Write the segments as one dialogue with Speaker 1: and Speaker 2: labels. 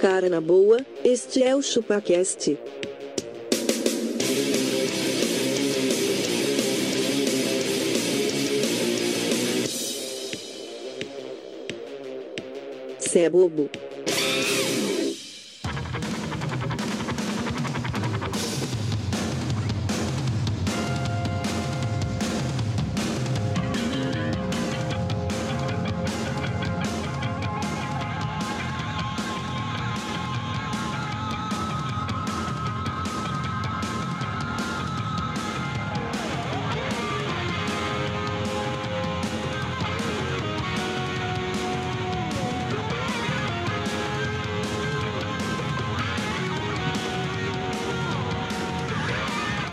Speaker 1: Cara na boa, este é o ChupaCast. Cê é bobo.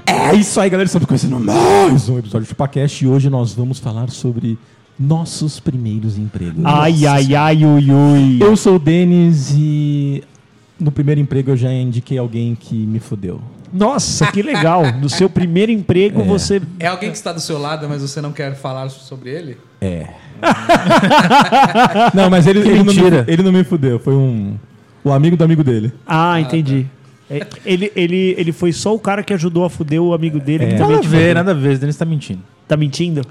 Speaker 2: É isso aí, galera. Estamos começando mais um episódio do ChupaCast e hoje nós vamos falar sobre nossos primeiros empregos.
Speaker 3: Ai, ai, ai, ui, ui.
Speaker 2: Eu sou o Denis e no primeiro emprego eu já indiquei alguém que me fodeu.
Speaker 3: Nossa, que legal. No seu primeiro emprego, você.
Speaker 4: É alguém que está do seu lado, mas você não quer falar sobre ele?
Speaker 2: Não, mas ele, ele, não, me,
Speaker 3: mentira.
Speaker 2: ele não me fudeu. Foi um. O amigo do amigo dele.
Speaker 5: tá.
Speaker 3: Ah, entendi. É, Ele, ele, ele foi só o cara que ajudou a fuder o amigo dele. que também
Speaker 5: É. Nada a
Speaker 3: te
Speaker 5: ver,
Speaker 3: fudeu.
Speaker 5: nada a ver. O Denis tá mentindo.
Speaker 3: Tá mentindo?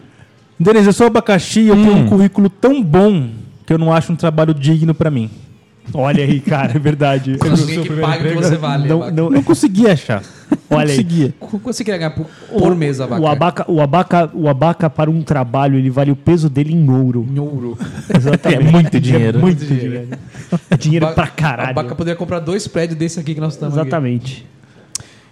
Speaker 5: Denis, eu sou abacaxi e eu tenho
Speaker 2: Hum.
Speaker 5: um currículo tão bom que eu não acho um trabalho digno pra mim.
Speaker 3: Olha aí, cara, é verdade.
Speaker 4: Não tem ninguém que pague o que você vale.
Speaker 3: Não,
Speaker 4: abaca.
Speaker 3: não,
Speaker 5: Não consegui achar. Não
Speaker 3: Olha aí.
Speaker 5: conseguia.
Speaker 4: Qu- Quanto você queria ganhar por, por mês, abaca?
Speaker 3: O abaca, o, abaca, o abaca para um trabalho, ele vale o peso dele em ouro.
Speaker 4: Em ouro.
Speaker 5: É muito dinheiro.
Speaker 3: Muito dinheiro. dinheiro é pra
Speaker 4: O
Speaker 3: caralho.
Speaker 4: abaca poderia comprar dois prédios desse aqui que nós estamos aqui.
Speaker 3: Exatamente.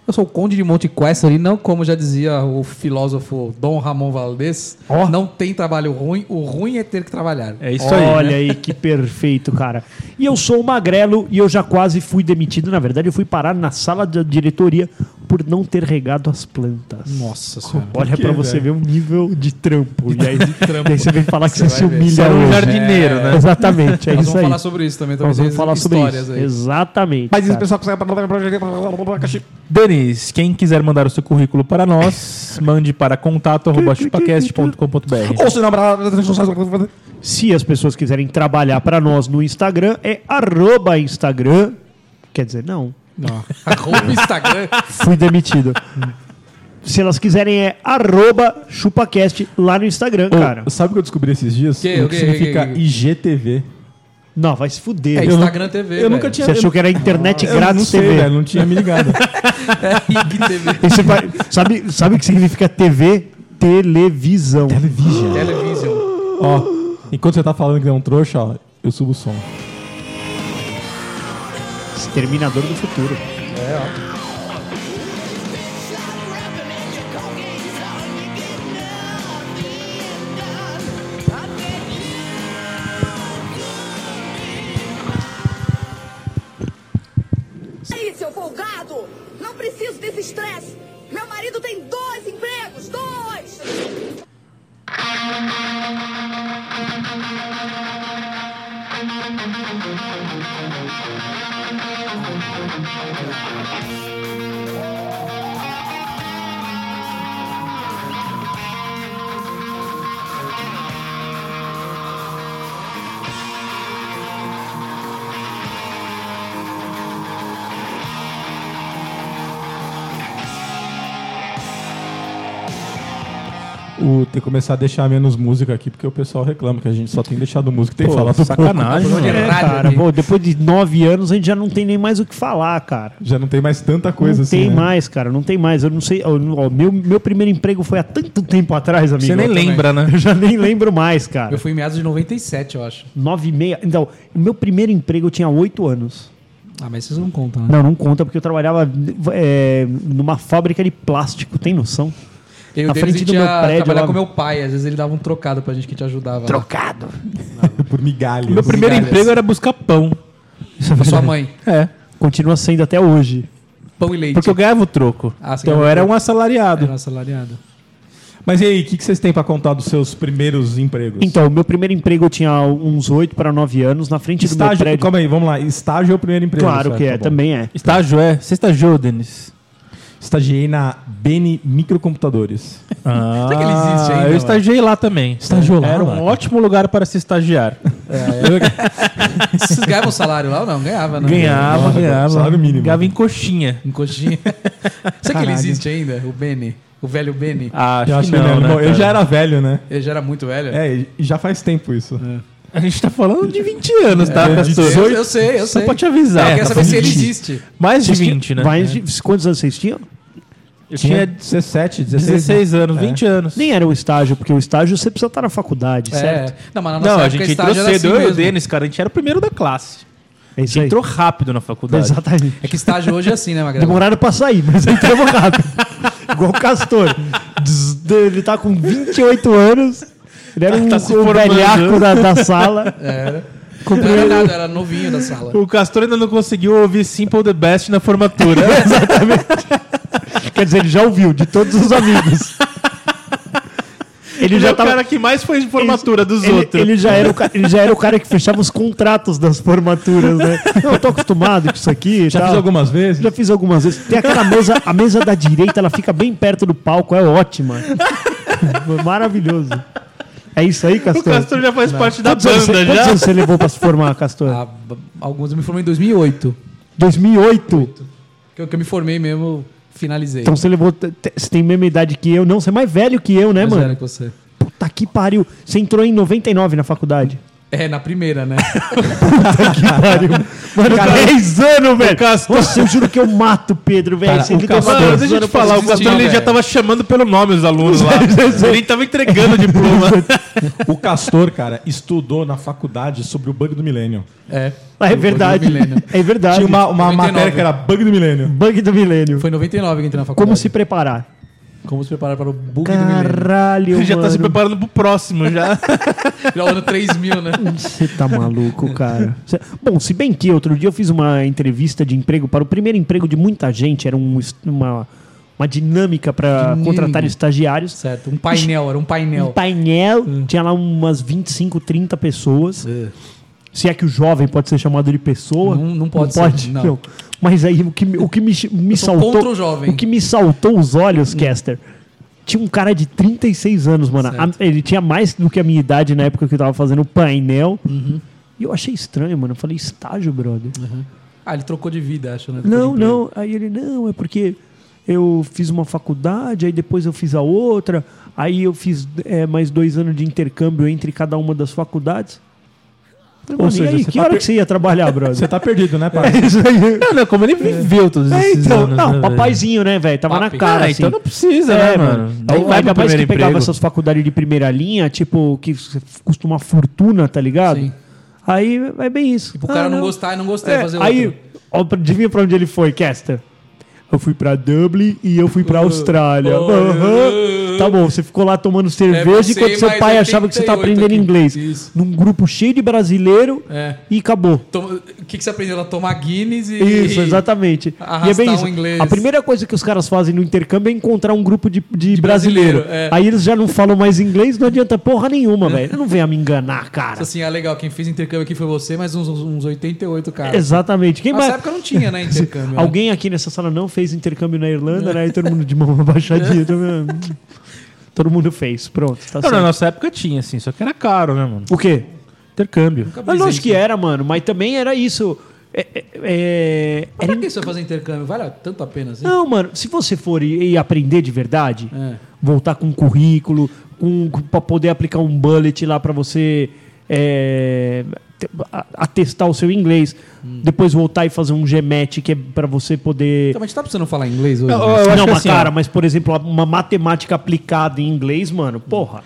Speaker 4: Eu sou o conde de Monte Questor e não, como já dizia o filósofo Dom Ramon Valdez,
Speaker 3: Ó.
Speaker 4: não tem trabalho ruim, o ruim é ter que trabalhar.
Speaker 5: É isso aí.
Speaker 3: Olha aí, que perfeito, cara. E eu sou o magrelo e eu já quase fui demitido. Na verdade, eu fui parar na sala da diretoria por não ter regado as plantas.
Speaker 5: Nossa senhora.
Speaker 3: Olha pra você ver o nível de trampo. E aí, e aí você vem falar que você,
Speaker 4: Você
Speaker 3: se
Speaker 4: vai ver.
Speaker 3: humilha
Speaker 5: Você era um
Speaker 3: hoje.
Speaker 5: jardineiro, né?
Speaker 3: Exatamente, é
Speaker 4: nós
Speaker 3: isso
Speaker 4: vamos
Speaker 3: aí.
Speaker 4: falar sobre isso também.
Speaker 3: Nós
Speaker 4: Talvez
Speaker 3: vamos falar sobre
Speaker 4: histórias
Speaker 3: isso.
Speaker 4: aí.
Speaker 3: Exatamente.
Speaker 5: Mas esse
Speaker 3: cara.
Speaker 5: pessoal consegue. Denis, quem quiser mandar o seu currículo para nós, mande para contato.chupacast.com.br.
Speaker 2: Ou se não,
Speaker 3: Se as pessoas quiserem trabalhar pra nós no Instagram, é arroba Instagram. Quer dizer, não.
Speaker 4: Arroba o Instagram.
Speaker 3: Fui demitido. Se elas quiserem, é arroba chupacast lá no Instagram, cara.
Speaker 2: Sabe o que eu descobri esses dias?
Speaker 4: Que,
Speaker 2: o que
Speaker 4: que,
Speaker 2: significa
Speaker 4: que, que?
Speaker 2: IGTV.
Speaker 3: Não, vai se fuder.
Speaker 4: É Instagram TV.
Speaker 2: eu nunca
Speaker 4: velho.
Speaker 2: tinha.
Speaker 3: Você achou que era internet
Speaker 2: eu não
Speaker 3: grátis
Speaker 2: sei,
Speaker 3: TV?
Speaker 2: velho, não tinha me ligado.
Speaker 4: Ig TV.
Speaker 3: E você vai- sabe, sabe o que significa TV? Televisão.
Speaker 2: Television.
Speaker 4: Television.
Speaker 2: Ó, enquanto você tá falando que é um trouxa, ó, eu subo o som.
Speaker 3: Exterminador do futuro.
Speaker 6: Aí, seu folgado! Não preciso desse estresse! Meu marido tem dois empregos! Dois!
Speaker 2: O, ter que começar a deixar menos música aqui, porque o pessoal reclama que a gente só tem deixado música. Tem que falar sobre
Speaker 5: sacanagem,
Speaker 2: pouco.
Speaker 5: mano.
Speaker 3: É,
Speaker 4: rádio
Speaker 3: cara,
Speaker 4: aqui.
Speaker 3: pô, depois de nove anos a gente já não tem nem mais o que falar, cara.
Speaker 2: Já não tem mais tanta coisa
Speaker 3: não
Speaker 2: assim.
Speaker 3: tem
Speaker 2: né?
Speaker 3: mais, cara, não tem mais. Eu não sei. ó, ó, meu, meu primeiro emprego foi há tanto tempo atrás, amigo.
Speaker 5: Você nem
Speaker 3: Eu
Speaker 5: lembra, né?
Speaker 3: também- Eu já nem lembro mais, cara.
Speaker 4: Eu fui em meados de 97, eu acho.
Speaker 3: Nove e meia. Então, o meu primeiro emprego eu tinha oito anos.
Speaker 4: Ah, mas vocês não contam, né?
Speaker 3: Não, não conta, porque eu trabalhava é, numa fábrica de plástico, tem noção?
Speaker 4: Eu
Speaker 3: Na
Speaker 4: na
Speaker 3: frente do meu prédio,
Speaker 4: trabalhar
Speaker 3: lá-
Speaker 4: com meu pai, às vezes ele dava um trocado pra gente que te ajudava. né?
Speaker 3: Trocado.
Speaker 2: Por migalhas.
Speaker 5: Meu primeiro
Speaker 4: Migalhas.
Speaker 5: emprego era buscar pão.
Speaker 3: Isso é
Speaker 4: Pra sua mãe.
Speaker 5: É.
Speaker 3: Continua sendo até hoje.
Speaker 4: Pão e leite.
Speaker 5: Porque eu ganhava o troco.
Speaker 4: Ah, você
Speaker 5: então eu
Speaker 4: ganhava o
Speaker 5: era
Speaker 4: troco.
Speaker 5: um assalariado.
Speaker 4: Era assalariado.
Speaker 2: Mas e aí, o que, que vocês têm pra contar dos seus primeiros empregos?
Speaker 3: Então, meu primeiro emego eu tinha uns 8 para 9 anos, na frente do meu
Speaker 2: estágio.
Speaker 3: prédio.
Speaker 2: Calma aí, vamos lá. Estágio é o primeiro emprego.
Speaker 3: Claro
Speaker 5: né?
Speaker 2: certo?
Speaker 3: que
Speaker 2: Tá
Speaker 3: é,
Speaker 2: bom.
Speaker 3: também é.
Speaker 5: Estágio é? Você estagiou, Denis?
Speaker 2: Estagiei na Beni Microcomputadores.
Speaker 5: Ah,
Speaker 4: Será que ele existe ainda,
Speaker 5: eu
Speaker 4: mano?
Speaker 5: estagiei lá também.
Speaker 2: Estagiou lá,
Speaker 5: Era um
Speaker 2: mano?
Speaker 5: ótimo lugar para se estagiar.
Speaker 4: Vocês ganhavam salário lá ou não? Ganhava, né?
Speaker 5: Ganhava,
Speaker 2: Nossa,
Speaker 5: ganhava.
Speaker 2: salário mínimo.
Speaker 5: Ganhava em coxinha.
Speaker 4: Em coxinha. Será que ele
Speaker 3: Caralho.
Speaker 4: existe ainda? O Benny? O velho Benny?
Speaker 5: Ah,
Speaker 2: Eu, acho que não, né, Bom, eu
Speaker 5: cara?
Speaker 2: já era velho, né?
Speaker 4: Ele já era muito velho?
Speaker 2: É, e já faz tempo isso.
Speaker 3: É.
Speaker 5: A gente tá falando de 20 anos, tá,
Speaker 2: de
Speaker 5: pastor?
Speaker 4: Eu, eu sei, eu
Speaker 5: Só
Speaker 4: sei. É,
Speaker 5: pra te avisar.
Speaker 4: Eu quero
Speaker 5: Tá
Speaker 4: saber se
Speaker 5: falando
Speaker 4: ele
Speaker 5: de-
Speaker 4: existe.
Speaker 5: Mais de 20, né?
Speaker 3: Mas de- quantos anos vocês tinham?
Speaker 5: Eu
Speaker 2: Tinha
Speaker 5: tinha É.
Speaker 2: 17, 16.
Speaker 5: 16 anos, 20 anos.
Speaker 3: Nem era um estágio, porque o estágio você precisa estar na faculdade, certo?
Speaker 4: É. Não, mas na nossa
Speaker 5: Não,
Speaker 4: época
Speaker 5: a gente entrou
Speaker 4: estágio
Speaker 5: cedo.
Speaker 4: era assim
Speaker 5: eu e o
Speaker 4: mesmo.
Speaker 5: Denis, cara, a gente era o primeiro da classe.
Speaker 3: É
Speaker 5: A
Speaker 3: isso
Speaker 5: gente
Speaker 3: aí.
Speaker 5: entrou rápido na faculdade.
Speaker 3: Exatamente.
Speaker 4: É que estágio hoje é assim, né, Magrela?
Speaker 3: Demoraram pra sair, mas entramos rápido. Igual o Castor. Dzz, Ele tá com 28 anos. Ele era um,
Speaker 5: Tá se
Speaker 3: um
Speaker 5: formando.
Speaker 3: velhaco da, da sala.
Speaker 4: Era. Não era nada, era novinho da sala.
Speaker 5: O Castor ainda não conseguiu ouvir Simple the Best na formatura.
Speaker 3: Quer dizer, ele já ouviu de todos os amigos. Ele,
Speaker 5: Ele
Speaker 3: já
Speaker 5: é o
Speaker 3: tava.
Speaker 5: cara que mais foi de formatura dos
Speaker 3: Ele,
Speaker 5: outros.
Speaker 3: ele já era o, ca- ele já era o cara que fechava os contratos das formaturas, né? Não, eu tô acostumado com isso aqui. e
Speaker 2: Já
Speaker 3: tal.
Speaker 2: fiz algumas vezes.
Speaker 3: Já fiz algumas vezes. Tem aquela mesa, a mesa da direita, ela fica bem perto do palco, é ótima. Foi Maravilhoso. É isso aí,
Speaker 5: O
Speaker 3: Castor?
Speaker 5: Castor já faz parte da
Speaker 3: Quantos anos
Speaker 5: banda,
Speaker 3: você, quantos
Speaker 5: já.
Speaker 3: anos você levou pra se formar, Castor?
Speaker 4: Ah, b- alguns eu me formei em 2008.
Speaker 3: 2008.
Speaker 4: Que eu, que eu me formei mesmo, finalizei.
Speaker 3: Então você levou. te- te- Você tem a mesma idade que eu, não? Você é mais velho que eu, né,
Speaker 4: Mais
Speaker 3: mano?
Speaker 4: velho que você.
Speaker 3: Puta que pariu. Você entrou em 99 na faculdade.
Speaker 4: É, na primeira, né?
Speaker 3: Que pariu. Mano, 10 anos, velho.
Speaker 5: Castor-
Speaker 3: Nossa, eu juro que eu mato o Pedro, velho.
Speaker 4: Cara,
Speaker 3: Você
Speaker 4: o
Speaker 3: fica
Speaker 4: Castor-
Speaker 5: Mano,
Speaker 3: falando-
Speaker 5: deixa eu te
Speaker 4: Mano, eu
Speaker 5: falar, o
Speaker 4: posso
Speaker 5: Castor
Speaker 4: desistir,
Speaker 5: ele já
Speaker 4: velho.
Speaker 5: tava chamando pelo nome os alunos lá. ele tava entregando o diploma.
Speaker 2: O Castor, cara, estudou na faculdade sobre o bug do milênio.
Speaker 4: É.
Speaker 3: É verdade.
Speaker 4: Foi no milênio.
Speaker 3: É verdade.
Speaker 2: Tinha uma, uma
Speaker 4: 99.
Speaker 2: matéria que era bug do milênio.
Speaker 3: Bug do milênio.
Speaker 4: Foi em 99 que eu entrei na faculdade.
Speaker 3: Como se preparar?
Speaker 4: Como se preparar para o bug do
Speaker 3: Caralho,
Speaker 5: Ele já tá se
Speaker 3: mano.
Speaker 5: preparando pro próximo já.
Speaker 4: milênio. Já o ano 3000, né?
Speaker 3: Você tá maluco, cara. Cê- Bom, se bem que outro dia eu fiz uma entrevista de emprego para o primeiro emprego de muita gente, era um es- uma, uma dinâmica para
Speaker 4: Dinâmica.
Speaker 3: contratar estagiários.
Speaker 4: Certo. Um painel, era um painel.
Speaker 3: Um painel, tinha lá umas 25, 30 pessoas. Se é que o jovem pode ser chamado de pessoa.
Speaker 4: Não- não pode ser, não.
Speaker 3: Mas aí o que, me- o que me, me
Speaker 4: sou
Speaker 3: saltou.
Speaker 4: contra o jovem.
Speaker 3: que me saltou os olhos, Caster. Tinha um cara de 36 anos, mano. A- ele tinha mais do que a minha idade na época que eu tava fazendo o painel.
Speaker 4: Uhum.
Speaker 3: E eu achei estranho, mano. Eu falei, estágio, brother.
Speaker 4: Ah, ele trocou de vida, acho, né? Trocou de
Speaker 3: Não,
Speaker 4: emprego.
Speaker 3: não. Aí ele, não, é porque eu fiz uma faculdade, aí depois eu fiz a outra, aí eu fiz é, mais dois anos de intercâmbio entre cada uma das faculdades. Falei,
Speaker 2: Ou
Speaker 3: mano,
Speaker 2: seja,
Speaker 3: e aí,
Speaker 2: você
Speaker 3: que
Speaker 2: tá
Speaker 3: hora
Speaker 2: per-
Speaker 3: que você ia trabalhar, brother?
Speaker 2: Você tá perdido, né, pai?
Speaker 3: Isso aí.
Speaker 5: Não, não, como ele viveu todos
Speaker 3: É,
Speaker 5: esses
Speaker 3: então,
Speaker 5: anos.
Speaker 3: não,
Speaker 5: né, velho?
Speaker 3: papaizinho, né, velho? Tava
Speaker 4: Papi.
Speaker 3: na cara,
Speaker 5: Ah,
Speaker 3: assim.
Speaker 5: então não precisa, né,
Speaker 3: É,
Speaker 5: mano?
Speaker 3: mano.
Speaker 5: Nem vai
Speaker 3: Ainda
Speaker 5: pro
Speaker 3: mais que
Speaker 5: primeiro
Speaker 3: pegava
Speaker 5: emprego.
Speaker 3: essas faculdades de primeira linha, tipo, que custa uma fortuna, tá ligado?
Speaker 4: Sim.
Speaker 3: Aí é bem isso.
Speaker 4: E pro cara
Speaker 3: Ah,
Speaker 4: não, gostar, não gostei,
Speaker 3: É,
Speaker 4: fazer
Speaker 3: aí,
Speaker 4: outro.
Speaker 3: ó, pra- adivinha pra onde ele foi, Caster? Eu fui pra Dublin e eu fui pra Austrália.
Speaker 4: oh,
Speaker 3: Aham. Tá bom, você ficou lá tomando cerveja
Speaker 4: você
Speaker 3: enquanto seu
Speaker 4: É, mais
Speaker 3: pai achava que você tava
Speaker 4: 88
Speaker 3: aprendendo
Speaker 4: aqui.
Speaker 3: inglês.
Speaker 4: Isso.
Speaker 3: Num grupo cheio de brasileiro
Speaker 4: É.
Speaker 3: e acabou.
Speaker 4: Toma- O que, que você aprendeu lá? Tomar Guinness e.
Speaker 3: Isso, exatamente. E é
Speaker 4: Arrastar
Speaker 3: bem
Speaker 4: um
Speaker 3: isso.
Speaker 4: inglês.
Speaker 3: A primeira coisa que os caras fazem no intercâmbio é encontrar um grupo de, de, brasileiro.
Speaker 4: brasileiro, é. Né?
Speaker 3: Aí eles já não falam mais inglês, não adianta porra nenhuma, velho. Não venha me enganar, cara.
Speaker 4: Assim, ah, legal, quem fez intercâmbio aqui foi você, mas uns, uns 88 caras.
Speaker 3: Exatamente. Quem
Speaker 4: Nessa
Speaker 3: mais?
Speaker 4: época não tinha, né, intercâmbio. né?
Speaker 3: Alguém aqui nessa sala não fez intercâmbio na Irlanda, né? E todo mundo de mão abaixadinha. todo mundo- Todo mundo fez. Pronto, tá
Speaker 5: Não,
Speaker 3: certo.
Speaker 5: na nossa época tinha, assim, só que era caro, né, mano?
Speaker 3: O quê?
Speaker 5: Intercâmbio.
Speaker 3: Mas
Speaker 4: fiz
Speaker 3: lógico
Speaker 4: isso.
Speaker 3: que era, mano. Mas também era isso. É, é, é-
Speaker 4: Mas
Speaker 3: era
Speaker 4: Pra que você vai fazer intercâmbio? Vale tanto a pena assim?
Speaker 3: Não, mano, se você for e, e aprender de verdade,
Speaker 4: É.
Speaker 3: voltar com um currículo, com, com, pra poder aplicar um bullet lá pra você é, te- a- atestar o seu inglês, depois voltar e fazer um GMAT que é pra você poder.
Speaker 4: Então, mas tá precisando falar inglês hoje?
Speaker 5: Eu-
Speaker 4: né?
Speaker 5: eu acho
Speaker 3: não,
Speaker 5: que
Speaker 3: mas
Speaker 5: assim, ó,
Speaker 3: cara, mas por exemplo, uma matemática aplicada em inglês, mano, porra.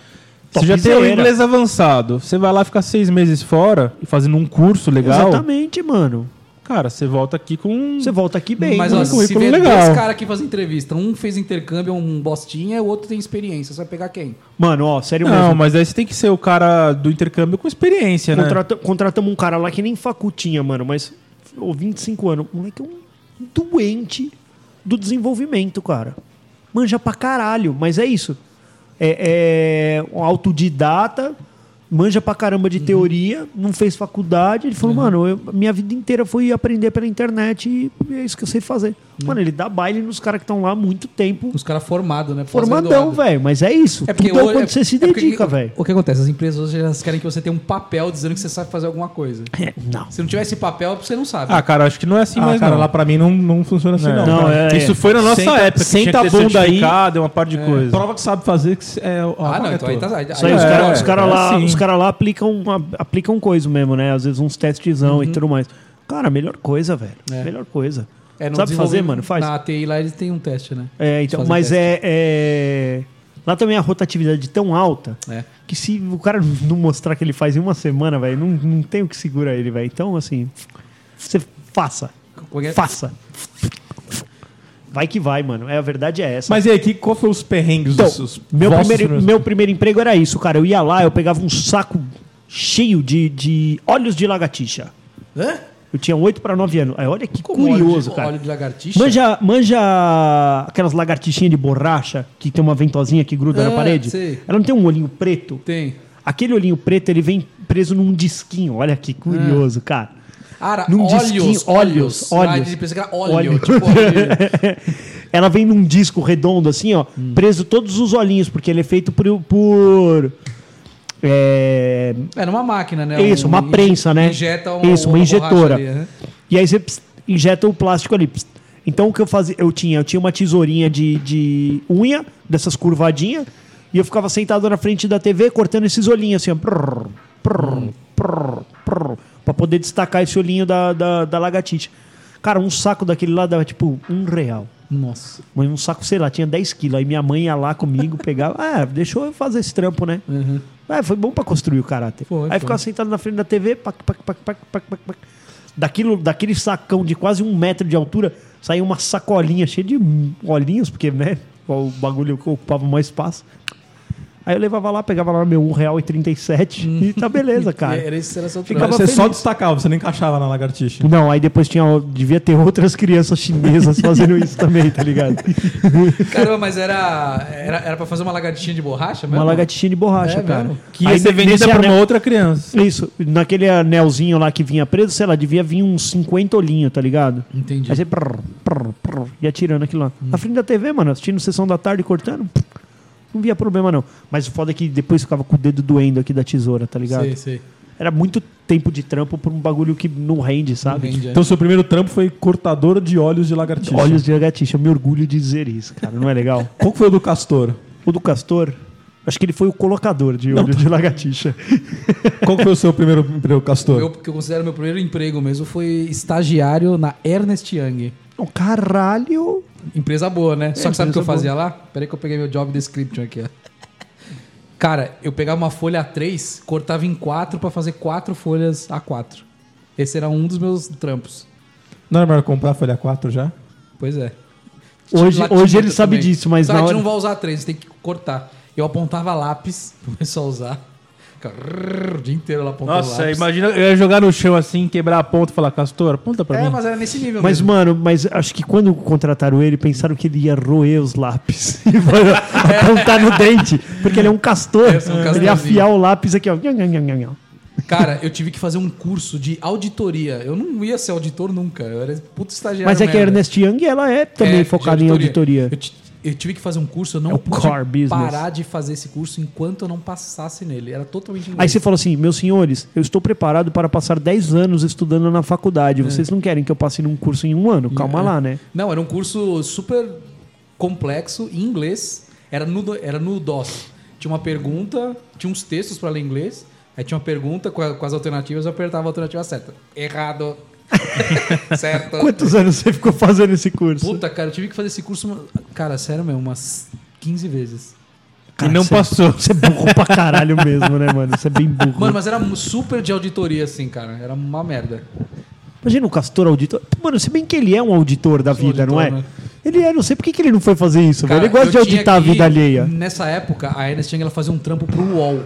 Speaker 5: Você já tem o
Speaker 3: topzera.
Speaker 5: inglês avançado. Você vai lá ficar seis meses fora, fazendo um curso legal.
Speaker 3: Exatamente, mano.
Speaker 5: Cara, você volta aqui com.
Speaker 3: Você volta aqui bem.
Speaker 4: Mas
Speaker 3: mano.
Speaker 4: ó,
Speaker 5: um
Speaker 4: se
Speaker 5: currículo
Speaker 4: vê
Speaker 5: legal.
Speaker 4: dois caras aqui fazem entrevista, um fez intercâmbio, um bostinha, o outro tem experiência. Você vai pegar quem?
Speaker 3: Mano, ó, sério
Speaker 5: Não,
Speaker 3: mesmo.
Speaker 5: mas aí você tem que ser o cara do intercâmbio com experiência, né?
Speaker 3: Contrata- contratamos um cara lá que nem facultinha, mano, mas. Ou 25 anos. O moleque é um doente do desenvolvimento, cara. Manja pra caralho, mas é isso. É, é um autodidata, manja pra caramba
Speaker 4: Uhum.
Speaker 3: de teoria, não fez faculdade. Ele falou, mano, eu- minha vida inteira foi aprender pela internet e é isso que eu sei fazer.
Speaker 4: Uhum.
Speaker 3: Mano, ele dá baile nos caras que estão lá há muito tempo.
Speaker 4: Os caras formados, né?
Speaker 3: Formadão,
Speaker 4: Pós-graduado.
Speaker 3: velho. Mas é isso.
Speaker 4: É porque
Speaker 3: Tudo é
Speaker 4: hoje-
Speaker 3: quando você se
Speaker 4: é porque-
Speaker 3: dedica, velho.
Speaker 4: O que acontece? As empresas hoje elas querem que você tenha um papel dizendo que você sabe fazer alguma coisa.
Speaker 3: Não.
Speaker 4: Se É, não tiver esse papel, você não sabe.
Speaker 5: Ah, cara, acho que não é assim
Speaker 2: Ah,
Speaker 5: mais,
Speaker 2: cara,
Speaker 5: não.
Speaker 2: lá pra mim não, não funciona assim, não.
Speaker 5: Não,
Speaker 2: cara.
Speaker 3: é-
Speaker 5: Isso foi na nossa
Speaker 2: Senta-
Speaker 5: época. que
Speaker 2: senta
Speaker 5: tinha que ter
Speaker 2: a bunda aí.
Speaker 5: certificado, uma par de coisa.
Speaker 2: Prova que sabe fazer que cê- é ó,
Speaker 4: Ah, não,
Speaker 2: é
Speaker 4: então aí
Speaker 2: tua.
Speaker 4: tá. Aí,
Speaker 3: Isso aí, os
Speaker 5: É,
Speaker 3: caras
Speaker 5: é
Speaker 3: lá,
Speaker 5: assim.
Speaker 3: os cara lá aplicam, a- aplicam coisa mesmo, né? Às vezes uns testezão
Speaker 4: Uhum.
Speaker 3: e tudo mais. Cara, melhor coisa, velho. Melhor coisa.
Speaker 4: É, no
Speaker 3: Sabe fazer,
Speaker 4: desenvolvimento-
Speaker 3: mano? Faz.
Speaker 4: Na ATI lá eles têm um teste, né?
Speaker 3: É, então,
Speaker 4: Eles fazem
Speaker 3: mas
Speaker 4: teste.
Speaker 3: é, é- Lá também a rotatividade é tão alta
Speaker 4: É.
Speaker 3: que se o cara não mostrar que ele faz em uma semana, velho, não, não tem o que segura ele, velho. Então, assim, você faça.
Speaker 4: Qualquer-
Speaker 3: Faça. Vai que vai, mano. É, a verdade é essa.
Speaker 2: Mas e aí, que, qual foi os perrengues
Speaker 3: Então,
Speaker 2: dos seus
Speaker 3: meu,
Speaker 2: vossos
Speaker 3: primeiro,
Speaker 2: primeiros-
Speaker 3: meu primeiro emprego era isso, cara. Eu ia lá, eu pegava um saco cheio de, de olhos de lagartixa.
Speaker 4: Hã?
Speaker 3: Eu tinha 8 para 9 anos. Aí, olha que
Speaker 4: Como
Speaker 3: é curioso,
Speaker 4: óleo de-
Speaker 3: cara.
Speaker 4: Óleo de lagartixa.
Speaker 3: Manja, manja aquelas lagartixinhas de borracha que tem uma ventosinha que gruda na
Speaker 4: Ah,
Speaker 3: parede?
Speaker 4: sei.
Speaker 3: Ela não tem um olhinho preto?
Speaker 4: Tem.
Speaker 3: Aquele olhinho preto, ele vem preso num disquinho. Olha que
Speaker 4: É.
Speaker 3: curioso, cara.
Speaker 4: Ara,
Speaker 3: Num
Speaker 4: óleos,
Speaker 3: disquinho,
Speaker 4: óleos,
Speaker 3: óleos, óleos.
Speaker 4: Ah, pensei que era óleo,
Speaker 3: Óleo.
Speaker 4: tipo óleo.
Speaker 3: Ela vem num disco redondo, assim, ó,
Speaker 4: Hum.
Speaker 3: preso todos os olhinhos, porque ele é feito por. por é,
Speaker 4: É numa máquina, né?
Speaker 3: É isso,
Speaker 4: Um-
Speaker 3: uma
Speaker 4: inje-
Speaker 3: prensa, né?
Speaker 4: Injeta um,
Speaker 3: Isso, uma
Speaker 4: borracha
Speaker 3: injetora.
Speaker 4: ali, né?
Speaker 3: E aí você pss, injeta o plástico ali. pss. Então o que eu fazia? Eu tinha, eu tinha uma tesourinha de, de unha, dessas curvadinhas, e eu ficava sentado na frente da TV cortando esses olhinhos assim, ó. Prrr, prrr,
Speaker 4: Hum.
Speaker 3: prrr, prrr, pra poder destacar esse olhinho da, da, da lagartixa. Cara, um saco daquele lá dava tipo um real.
Speaker 4: Nossa.
Speaker 3: Mas um saco, sei lá, tinha 10 quilos. Aí minha mãe ia lá comigo, pegava. Ah, deixou eu fazer esse trampo, né? Ah, foi bom pra construir o caráter.
Speaker 4: Foi,
Speaker 3: aí
Speaker 4: foi.
Speaker 3: ficava sentado na frente da TV, pac, pac, pac, pac, pac, pac, pac. Daquilo, daquele sacão de quase um metro de altura, saiu uma sacolinha cheia de olhinhos, porque, né? O bagulho que ocupava mais espaço. Aí eu levava lá, pegava lá meu R$1,37 e tá beleza, cara.
Speaker 4: Era isso, era É, só
Speaker 3: Ficava
Speaker 2: Você só
Speaker 3: Então, feliz.
Speaker 2: destacava, você não encaixava na lagartixa.
Speaker 3: Não, aí depois tinha, devia ter outras crianças chinesas fazendo isso também, tá ligado?
Speaker 4: Caramba, mas era, era, era pra fazer uma lagartixinha de borracha mesmo?
Speaker 3: Uma lagartixinha de borracha,
Speaker 4: É,
Speaker 3: cara.
Speaker 4: velho.
Speaker 5: Que ia ser vendida
Speaker 3: nesse
Speaker 5: pra uma
Speaker 3: anel-
Speaker 5: outra criança.
Speaker 3: Isso, naquele anelzinho lá que vinha preso, sei lá, devia vir uns 50 olhinhos, tá ligado?
Speaker 4: Entendi.
Speaker 3: Aí você prrr, prrr, prrr, ia tirando aquilo lá. Na frente da TV, mano, assistindo sessão da tarde, cortando, pff, não via problema não. Mas o foda é que depois ficava com o dedo doendo aqui da tesoura, tá ligado?
Speaker 4: Sei, sei.
Speaker 3: Era muito tempo de trampo por um bagulho que não rende, sabe?
Speaker 4: Entendi.
Speaker 2: Então, seu primeiro trampo foi cortador de olhos de lagartixa.
Speaker 3: Olhos de lagartixa, eu me orgulho de dizer isso, cara, não é legal?
Speaker 2: Qual que foi o do castor?
Speaker 3: O do Castor, acho que ele foi o colocador de olho de lagartixa.
Speaker 2: Qual que foi o seu primeiro emprego, castor?
Speaker 4: Eu, que eu considero meu primeiro emprego mesmo foi estagiário na Ernest Young.
Speaker 3: Oh, caralho!
Speaker 4: Empresa boa, né? Só que sabe o que eu
Speaker 3: empresa
Speaker 4: fazia lá? Peraí que eu peguei meu job description aqui, ó. Cara, eu pegava uma folha A3, cortava em quatro pra fazer quatro folhas A4. Esse era um dos meus trampos.
Speaker 2: Não era melhor comprar a folha 4 já?
Speaker 4: Pois é.
Speaker 3: Hoje,
Speaker 4: Tinha
Speaker 3: hoje
Speaker 4: latinha
Speaker 3: ele sabe
Speaker 4: também.
Speaker 3: disso, mas
Speaker 4: Só que
Speaker 3: na
Speaker 4: a gente
Speaker 3: hora...
Speaker 4: não vai usar três, tem que cortar. Eu apontava lápis pro pessoal usar. Ficava rrr, O dia inteiro ela apontando
Speaker 5: Nossa,
Speaker 4: lápis.
Speaker 5: imagina eu ia jogar no chão assim, quebrar a ponta e falar, Castor, aponta pra
Speaker 4: É,
Speaker 5: mim.
Speaker 4: mas era nesse nível
Speaker 3: Mas,
Speaker 4: mesmo.
Speaker 3: mano, mas acho que quando contrataram ele, pensaram que ele ia roer os lápis e vai apontar no dente. Porque ele é um castor.
Speaker 4: É, eu sou um
Speaker 3: ele ia
Speaker 4: castorzinho.
Speaker 3: afiar o lápis aqui, ó. Nham, nham, nham, nham, nham.
Speaker 4: Cara, eu tive que fazer um curso de auditoria. Eu não ia ser auditor nunca. Eu era puto estagiário.
Speaker 3: Mas é que a
Speaker 4: merda.
Speaker 3: Ernest Young, ela é também
Speaker 4: É,
Speaker 3: focada
Speaker 4: de
Speaker 3: em auditoria.
Speaker 4: Eu, ti- eu tive que fazer um curso, eu não
Speaker 3: É o core business.
Speaker 4: parar de fazer esse curso enquanto eu não passasse nele. Era totalmente
Speaker 3: Aí
Speaker 4: inglês.
Speaker 3: você falou assim, meus senhores, eu estou preparado para passar 10 anos estudando na
Speaker 4: É.
Speaker 3: faculdade. Vocês não querem que eu passe num curso em um ano? Calma lá, né?
Speaker 4: Não, era um curso super complexo em inglês. Era no, do- era no DOS. Tinha uma pergunta, tinha uns textos para ler em inglês. Aí tinha uma pergunta com, a- com as alternativas, eu apertava a alternativa certa. Errado. certo.
Speaker 3: Quantos anos você ficou fazendo esse curso?
Speaker 4: É. Puta, cara, eu tive que fazer esse curso, uma- cara, sério mesmo, umas 15 vezes.
Speaker 5: e não passou.
Speaker 3: Você é burro pra caralho mesmo, né, mano? Você é bem burro.
Speaker 4: Mano, mas era mu- super de auditoria, assim, cara. Era uma merda.
Speaker 3: Imagina o Castor auditor. Mano, se bem que ele é um auditor da vida,
Speaker 4: auditor,
Speaker 3: não é?
Speaker 4: né?
Speaker 3: Ele é, não sei por que, que ele não foi fazer isso, velho. Ele gosta
Speaker 4: eu
Speaker 3: de
Speaker 4: tinha
Speaker 3: auditar a
Speaker 4: que-
Speaker 3: vida alheia.
Speaker 4: Nessa época, a Ernest Young ela fazia um trampo pro UOL.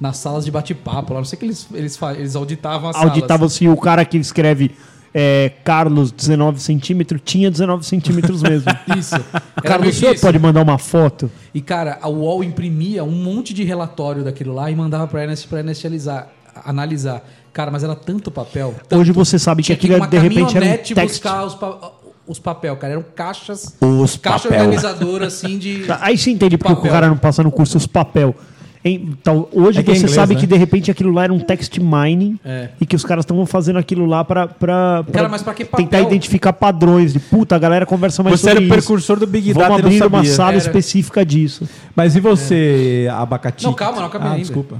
Speaker 4: Nas salas de bate-papo lá. Não sei o que eles, eles, fa- eles auditavam as salas.
Speaker 3: Auditava-se o cara que escreve é, Carlos 19 centímetros, tinha 19 centímetros mesmo.
Speaker 4: Isso. Era meio
Speaker 3: Carlos, o
Speaker 4: que
Speaker 3: senhor
Speaker 4: isso.
Speaker 3: pode mandar uma foto?
Speaker 4: E, cara, a UOL imprimia um monte de relatório daquilo lá e mandava pra Ernest pra Ernest alisar- analisar. Cara, mas era tanto papel.
Speaker 3: Hoje você sabe que
Speaker 4: Então, Tinha
Speaker 3: aquilo,
Speaker 4: que ir uma
Speaker 3: de repente, era um
Speaker 4: caminhonete
Speaker 3: texto.
Speaker 4: buscar os, pa- os papel, cara. Eram caixas.
Speaker 2: Os
Speaker 4: caixa
Speaker 2: papel.
Speaker 4: organizadora, assim, de.
Speaker 3: Tá, Aí você entende porque
Speaker 4: Papel.
Speaker 3: o cara não passa no curso os papel. Em- tal- hoje
Speaker 5: É que é
Speaker 3: você
Speaker 5: inglês,
Speaker 3: sabe
Speaker 5: né?
Speaker 3: que de repente aquilo lá era um text mining
Speaker 4: É.
Speaker 3: e que os caras estavam fazendo aquilo lá pra, pra, pra
Speaker 4: mas pra que
Speaker 3: tentar
Speaker 4: papel?
Speaker 3: identificar padrões de puta, a galera conversa mais
Speaker 5: Você era
Speaker 3: sobre
Speaker 5: o
Speaker 3: isso.
Speaker 5: precursor do Big Data
Speaker 3: Vamos
Speaker 5: e não
Speaker 3: abrir
Speaker 5: sabia.
Speaker 3: uma sala
Speaker 4: Era.
Speaker 3: específica disso.
Speaker 2: Mas e
Speaker 3: É.
Speaker 2: você,
Speaker 5: né?
Speaker 2: abacaxi?
Speaker 4: Não, calma, não acabei
Speaker 2: ah,
Speaker 4: ainda.
Speaker 2: desculpa.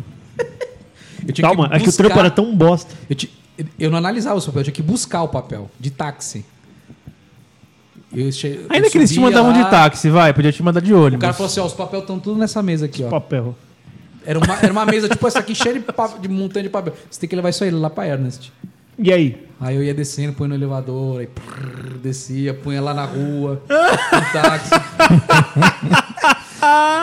Speaker 4: Eu tinha
Speaker 3: Calma, é que o
Speaker 4: buscar-
Speaker 3: trampo era tão bosta.
Speaker 4: Eu, ti- eu não analisava os papéis, eu tinha que buscar o papel de táxi. Eu che- eu
Speaker 5: Ainda que eles te
Speaker 3: um
Speaker 4: subia
Speaker 5: mandavam
Speaker 4: lá,
Speaker 5: de táxi, vai, podia te mandar de
Speaker 4: O
Speaker 5: ônibus.
Speaker 4: cara falou assim: ó, os papéis estão tudo nessa mesa aqui, ó.
Speaker 3: Papel.
Speaker 4: Era uma, era uma mesa, tipo, essa aqui cheia de, pa- de montanha de papel. Você tem que levar isso aí lá pra Ernest.
Speaker 3: E aí?
Speaker 4: Aí eu ia descendo, punha no elevador, aí prrr, descia, punha lá na rua, no táxi.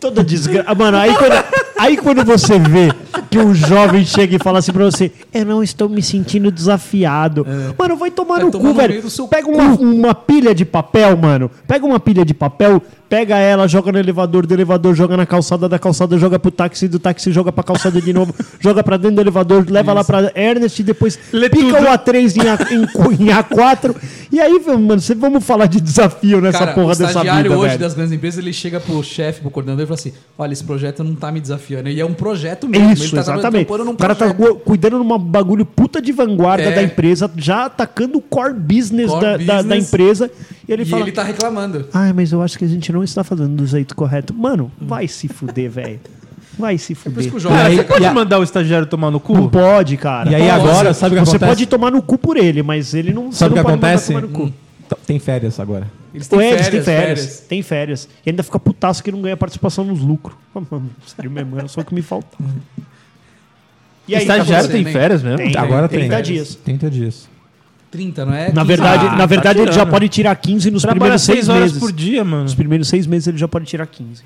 Speaker 3: Toda desgraça. Mano, aí quando, aí quando você vê que um jovem chega e fala assim pra você: Eu não estou me sentindo desafiado. Mano, vai tomar
Speaker 4: É. Vai
Speaker 3: no
Speaker 4: tomar
Speaker 3: cu,
Speaker 4: no meio
Speaker 3: velho.
Speaker 4: do seu
Speaker 3: Pega uma, uma pilha de papel, mano. Pega uma pilha de papel, pega ela, joga no elevador, do elevador joga na calçada, da calçada joga pro táxi, do táxi joga pra calçada de novo, joga pra dentro do elevador, leva lá pra Ernest e depois pica o A3 em, A, em cu- em A4. E aí, mano, cê- vamos falar de desafio nessa
Speaker 4: Cara,
Speaker 3: porra
Speaker 4: o
Speaker 3: dessa
Speaker 4: estagiário
Speaker 3: vida,
Speaker 4: hoje
Speaker 3: velho.
Speaker 4: das grandes empresas, ele chega pro chefe, pro coordenador e fala assim: olha, esse projeto não tá me desafiando. E é um projeto mesmo. ele
Speaker 3: Isso,
Speaker 4: tá trabalhando-
Speaker 3: exatamente.
Speaker 4: trampando num
Speaker 3: O cara tá
Speaker 4: projeto.
Speaker 3: gu- cuidando de um bagulho puta de vanguarda
Speaker 4: É.
Speaker 3: da empresa, já atacando o core business,
Speaker 4: Core
Speaker 3: da, da-
Speaker 4: business.
Speaker 3: da empresa. E ele
Speaker 4: E
Speaker 3: fala.
Speaker 4: ele tá reclamando.
Speaker 3: Ai, mas eu acho que a gente não está fazendo do jeito correto. Mano, vai se fuder, velho. Vai se
Speaker 4: É Por isso
Speaker 3: fuder.
Speaker 4: que o
Speaker 5: Cara,
Speaker 4: jovem.
Speaker 5: você
Speaker 4: fica-
Speaker 5: pode mandar o estagiário tomar no
Speaker 3: Não
Speaker 5: cu?
Speaker 3: pode, cara.
Speaker 2: E aí agora, sabe o que
Speaker 3: Você
Speaker 2: acontece?
Speaker 3: pode tomar no cu por ele, mas ele não
Speaker 2: Sabe o
Speaker 3: você
Speaker 2: que
Speaker 3: não pode mandar
Speaker 2: acontece?
Speaker 3: tomar no cu.
Speaker 2: T- Tem férias agora.
Speaker 4: Eles têm
Speaker 3: Ou é, eles
Speaker 4: férias,
Speaker 3: têm férias,
Speaker 4: Hum. férias.
Speaker 3: Tem férias. E ainda fica putaço que não ganha participação nos lucros. Mano, sério mesmo, era só o que me faltava.
Speaker 4: Hum.
Speaker 3: E aí, tá
Speaker 5: estagiário
Speaker 4: você,
Speaker 5: tem
Speaker 4: né?
Speaker 5: férias mesmo? Ah,
Speaker 3: Tem.
Speaker 2: agora tem.
Speaker 3: 30 dias.
Speaker 2: 30 dias.
Speaker 4: 30, não é?
Speaker 3: Na
Speaker 4: 15.
Speaker 3: verdade,
Speaker 5: Ah,
Speaker 3: na verdade
Speaker 5: tá
Speaker 3: ele já
Speaker 5: tirando.
Speaker 3: pode tirar 15 nos
Speaker 5: Trabalha
Speaker 3: primeiros seis
Speaker 5: seis horas
Speaker 3: meses.
Speaker 5: por dia, mano.
Speaker 3: Nos primeiros seis meses ele já pode tirar 15.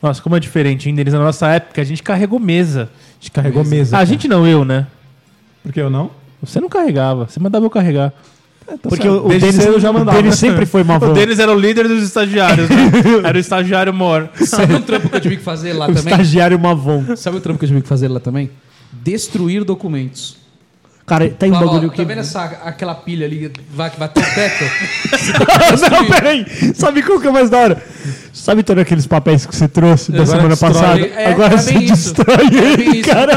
Speaker 5: Nossa, como é diferente, hein, Denise? Na nossa época, a gente carregou mesa.
Speaker 2: Descarregou mesa.
Speaker 5: A gente não, eu, né?
Speaker 2: Por que eu não?
Speaker 5: Você não carregava, você mandava eu carregar.
Speaker 3: Porque o, o
Speaker 2: Desde
Speaker 3: Denis,
Speaker 2: cedo eu já
Speaker 3: o
Speaker 2: mandava.
Speaker 3: Denis sempre foi mavão.
Speaker 5: O Denis era o líder dos estagiários, né? Era o estagiário mor.
Speaker 4: Sabe um trampo que eu tive que fazer lá
Speaker 3: o
Speaker 4: também?
Speaker 3: estagiário mavon.
Speaker 4: Sabe o trampo que eu tive que fazer lá também? Destruir documentos.
Speaker 3: Cara, tem um
Speaker 4: Fala, ó,
Speaker 3: bagulho
Speaker 4: Tá
Speaker 3: que...
Speaker 4: vendo essa, aquela pilha ali que vai, que vai até o teto?
Speaker 3: Não, peraí. Sabe qual que é mais da hora? Sabe todos aqueles papéis que você trouxe da
Speaker 2: Agora
Speaker 3: semana
Speaker 2: destrói.
Speaker 3: passada?
Speaker 4: É,
Speaker 3: Agora
Speaker 4: era
Speaker 3: você
Speaker 4: bem isso.
Speaker 3: destrói
Speaker 4: Era bem
Speaker 3: ele,
Speaker 4: isso. é
Speaker 3: cara.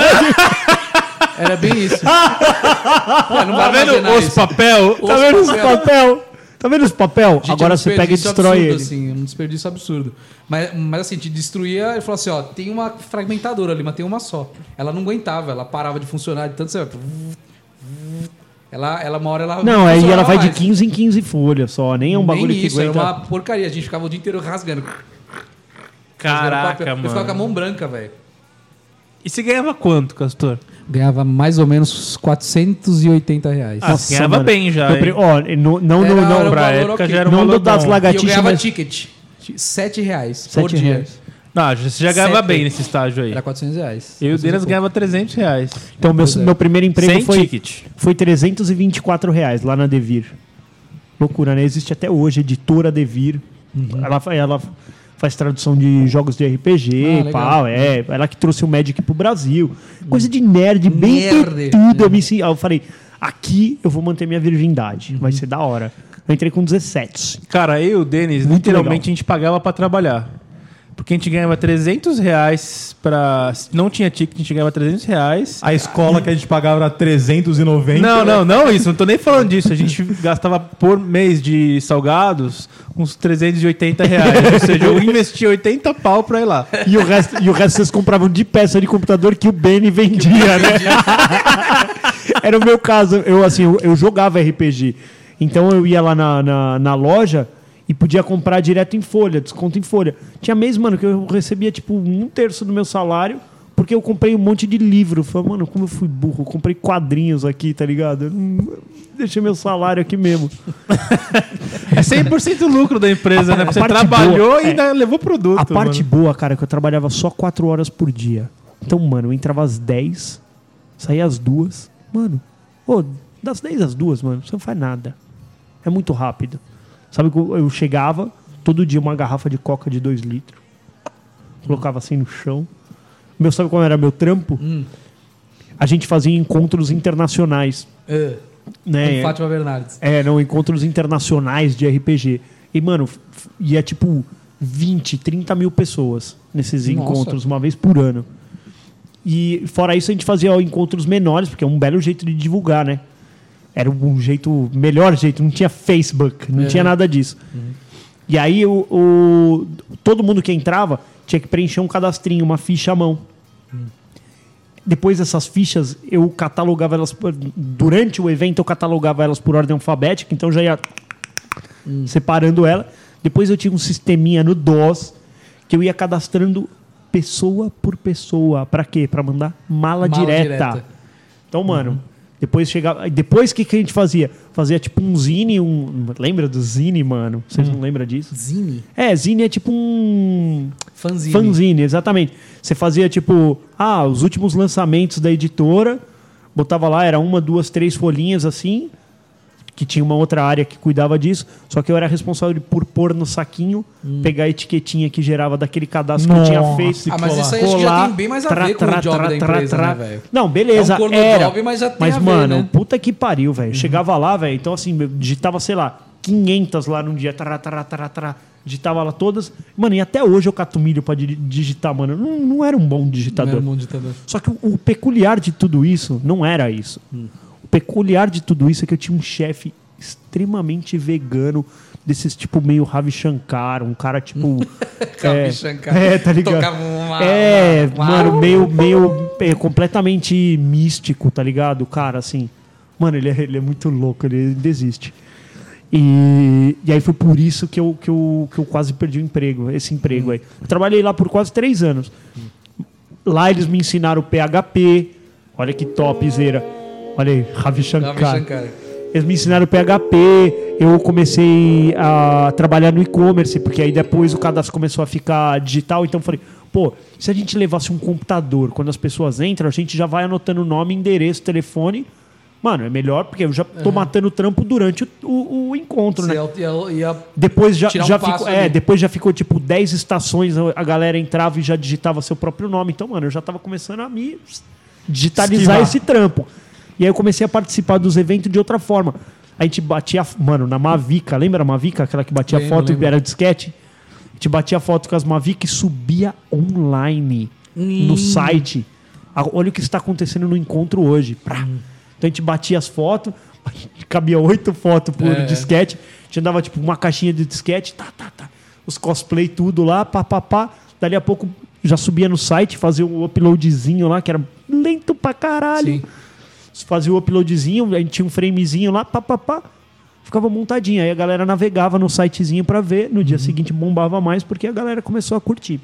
Speaker 4: Era bem isso. Ué, não
Speaker 5: Tá
Speaker 4: vai
Speaker 5: vendo
Speaker 4: armazenar
Speaker 5: os
Speaker 4: isso.
Speaker 5: papel?
Speaker 4: Os
Speaker 3: Tá vendo os
Speaker 4: papel.
Speaker 3: papel? Tá vendo os papel?
Speaker 4: Gente, é
Speaker 3: Agora
Speaker 4: um
Speaker 3: você pega e
Speaker 4: desperdício
Speaker 3: destrói
Speaker 4: absurdo,
Speaker 3: ele.
Speaker 4: Assim, é um desperdício absurdo. Mas, mas assim, te destruía e falou assim: ó, tem uma fragmentadora ali, mas tem uma só. Ela não aguentava, ela parava de funcionar de tanto você. Ela, ela uma hora ela.
Speaker 3: Não, aí ela
Speaker 4: funcionava
Speaker 3: vai de
Speaker 4: mais.
Speaker 3: 15 em 15 folhas só. Nem é um bagulho
Speaker 4: Nem
Speaker 3: que
Speaker 4: isso, era
Speaker 3: aguenta.
Speaker 4: uma porcaria. A gente ficava o dia inteiro rasgando. rasgando papel.
Speaker 5: Caraca,
Speaker 4: Eu ficava com a
Speaker 5: mano.
Speaker 4: mão branca, velho.
Speaker 5: E você ganhava quanto, Castor?
Speaker 4: Ganhava mais ou menos 480 reais.
Speaker 5: Ah,
Speaker 3: Nossa,
Speaker 5: ganhava
Speaker 3: mano.
Speaker 5: bem já,
Speaker 3: Eu pre-
Speaker 5: hein?
Speaker 3: Ó, não, não,
Speaker 4: Era-
Speaker 3: não, não.
Speaker 4: era um
Speaker 5: pra
Speaker 4: valor
Speaker 5: época
Speaker 4: ok.
Speaker 5: já era um
Speaker 3: Não do
Speaker 5: valor
Speaker 3: das
Speaker 5: bom.
Speaker 4: e eu
Speaker 3: lagartixas,
Speaker 4: ganhava
Speaker 3: mas...
Speaker 4: ticket. 7 reais por
Speaker 3: Sete
Speaker 4: dia.
Speaker 3: reais.
Speaker 5: Não, você já ganhava
Speaker 4: Sempre.
Speaker 5: bem nesse estágio aí.
Speaker 4: Era 400 reais.
Speaker 5: Eu e o
Speaker 4: 400
Speaker 5: Denis
Speaker 4: pouco.
Speaker 5: ganhava 300 reais.
Speaker 3: Então, meu,
Speaker 4: Pois é.
Speaker 3: meu primeiro emprego
Speaker 5: Sem
Speaker 3: foi,
Speaker 5: ticket.
Speaker 3: foi 324 reais lá na Devir. Loucura, né? Existe até hoje a editora Devir.
Speaker 4: Uhum.
Speaker 3: Ela, fa- ela faz tradução de jogos de
Speaker 4: Ah,
Speaker 3: RPG e
Speaker 4: legal.
Speaker 3: pau. É, ela que trouxe o Magic pro Brasil. Coisa de nerd, bem
Speaker 4: Nerd.
Speaker 3: tudo. Eu, me, sen- eu falei, aqui eu vou manter minha virgindade.
Speaker 4: Uhum.
Speaker 3: Vai ser da hora. Eu entrei com 17.
Speaker 5: Cara, eu e o Denis,
Speaker 3: Muito
Speaker 5: literalmente,
Speaker 3: legal.
Speaker 5: a gente pagava pra trabalhar. Porque a gente ganhava 300 reais pra... se Não tinha ticket, a gente ganhava 300 reais.
Speaker 2: A escola que a gente pagava era 390.
Speaker 5: Não, não, não isso. Não tô nem falando disso. A gente gastava por mês de salgados uns 380 reais. Ou seja, eu investia 80 pau pra ir lá.
Speaker 3: E o resto, e o resto vocês compravam de peça de computador que o Benny vendia, né? Era o meu caso. Eu, assim, eu, eu jogava RPG. Então eu ia lá na, na, na loja e podia comprar direto em folha, desconto em folha. Tinha mês, mano, que eu recebia, tipo, um terço do meu salário porque eu comprei um monte de livro. Eu Falei, mano, como eu fui burro. Eu comprei quadrinhos aqui, tá ligado? Eu não- Deixei meu salário aqui mesmo.
Speaker 5: É 100% lucro da empresa, né?
Speaker 3: A
Speaker 5: Você
Speaker 3: parte
Speaker 5: trabalhou
Speaker 3: boa,
Speaker 5: e ainda levou produto.
Speaker 3: A parte
Speaker 5: mano.
Speaker 3: boa, cara, é que eu trabalhava só 4 horas por dia. Então, mano, eu entrava às 10, saía às 2. Mano, ô, das 10 às 2, mano, você não faz nada. É muito rápido. Sabe que eu eu chegava, todo dia uma garrafa de coca de 2 litros. Colocava assim no chão. Meu, sabe qual era meu trampo? A gente fazia encontros internacionais.
Speaker 4: É.
Speaker 3: né?
Speaker 4: com Fátima Bernardes.
Speaker 3: É, não, encontros internacionais de RPG. E, mano, f- f- e é tipo 20, 30 mil pessoas nesses
Speaker 4: Nossa.
Speaker 3: encontros, uma vez por ano. E fora isso, a gente fazia ó, encontros menores, porque é um belo jeito de divulgar, né? Era um jeito, melhor jeito, não tinha Facebook, não
Speaker 4: É. Uhum.
Speaker 3: tinha nada disso. E aí o, o- todo mundo que entrava tinha que preencher um cadastrinho, uma ficha à mão. Depois dessas fichas, eu catalogava elas por- durante o evento, eu catalogava elas por ordem alfabética, então já ia separando ela. Depois eu tinha um sisteminha no DOS que eu ia cadastrando pessoa por pessoa. Pra quê? Pra mandar mala,
Speaker 4: Mala
Speaker 3: direta.
Speaker 4: direta. Uhum.
Speaker 3: Então, mano, depois chegava, depois o que que a gente fazia? Fazia tipo um zine, um, lembra do zine, mano? Vocês
Speaker 4: Uhum.
Speaker 3: não lembram disso?
Speaker 4: Zine.
Speaker 3: É, zine é tipo um
Speaker 4: Fanzine.
Speaker 3: fanzine, exatamente. Você fazia tipo, ah, os últimos lançamentos da editora, botava lá, era uma, duas, três folhinhas assim, que tinha uma outra área que cuidava disso, só que eu era responsável por pôr no saquinho, pegar a etiquetinha que gerava daquele cadastro que eu tinha
Speaker 2: Nossa,
Speaker 3: feito.
Speaker 4: Hum. Ah, mas isso aí acho que já tem bem mais a ver com o job da empresa, né, velho?
Speaker 3: Não, beleza.
Speaker 4: É um corno
Speaker 3: era.
Speaker 4: job, mas já tem a ver,
Speaker 3: mano,
Speaker 4: né?
Speaker 3: puta que pariu, velho. Eu Chegava lá, velho, então assim, eu digitava, sei lá, 500 lá num dia. Tará, tará, tará, tará. Digitava lá todas. Mano, e até hoje eu cato milho pra di- digitar, mano. Eu Não, não era um bom
Speaker 4: Não
Speaker 3: digitador.
Speaker 4: era um bom ditador.
Speaker 3: Só que o, o peculiar de tudo isso não era isso. O peculiar de tudo isso é que eu tinha um chefe extremamente vegano, desses tipo meio Ravi Shankar, um cara tipo.
Speaker 4: Ravi Shankar.
Speaker 3: É, tá ligado?
Speaker 4: Tocava um uma-
Speaker 3: é,
Speaker 4: uma-
Speaker 3: mano, meio, meio é, completamente místico, tá ligado? Cara, assim. Mano, ele é, ele é muito louco, ele desiste. E, e aí foi por isso que eu, que, eu, que eu quase perdi o emprego, esse emprego aí. Eu trabalhei lá por quase três anos. Lá eles me ensinaram PHP. Olha que topzera. Olha aí, Ravi Shankar.
Speaker 4: Ravi Shankar.
Speaker 3: Eles me ensinaram PHP, eu comecei a trabalhar no e-commerce, porque aí depois o cadastro começou a ficar digital, então eu falei, pô, se a gente levasse um computador, quando as pessoas entram, a gente já vai anotando nome, endereço, telefone. Mano, é melhor, porque eu já tô matando o trampo durante o, o- o encontro, né?
Speaker 4: Você ia- ia- ia-
Speaker 3: Depois já,
Speaker 4: Tirar um
Speaker 3: já
Speaker 4: passo
Speaker 3: ficou, é,
Speaker 4: ali.
Speaker 3: depois já ficou tipo 10 estações, a galera entrava e já digitava seu próprio nome. Então, mano, eu já tava começando a me digitalizar
Speaker 5: Esquivar.
Speaker 3: esse trampo. E aí eu comecei a participar dos eventos de outra forma. A gente batia, mano, na Mavica, lembra a Mavica, aquela que batia
Speaker 4: Lembro,
Speaker 3: foto
Speaker 4: lembro.
Speaker 3: e era disquete? A gente batia foto com as Mavica e subia online no site. Ah, Olha o que está acontecendo no encontro hoje. Prá. Então a gente batia as fotos, cabia oito fotos por
Speaker 4: É.
Speaker 3: disquete. A gente andava tipo uma caixinha de disquete, tá, tá, tá. Os cosplay tudo lá, pá, pá, pá. Dali a pouco já subia no site, fazia o uploadzinho lá, que era lento pra caralho
Speaker 4: Sim.
Speaker 3: fazia o uploadzinho, a gente tinha um framezinho lá, pá, pá, pá, ficava montadinho. Aí a galera navegava no sitezinho pra ver, no
Speaker 4: Uhum.
Speaker 3: dia seguinte bombava mais porque a galera começou a curtir.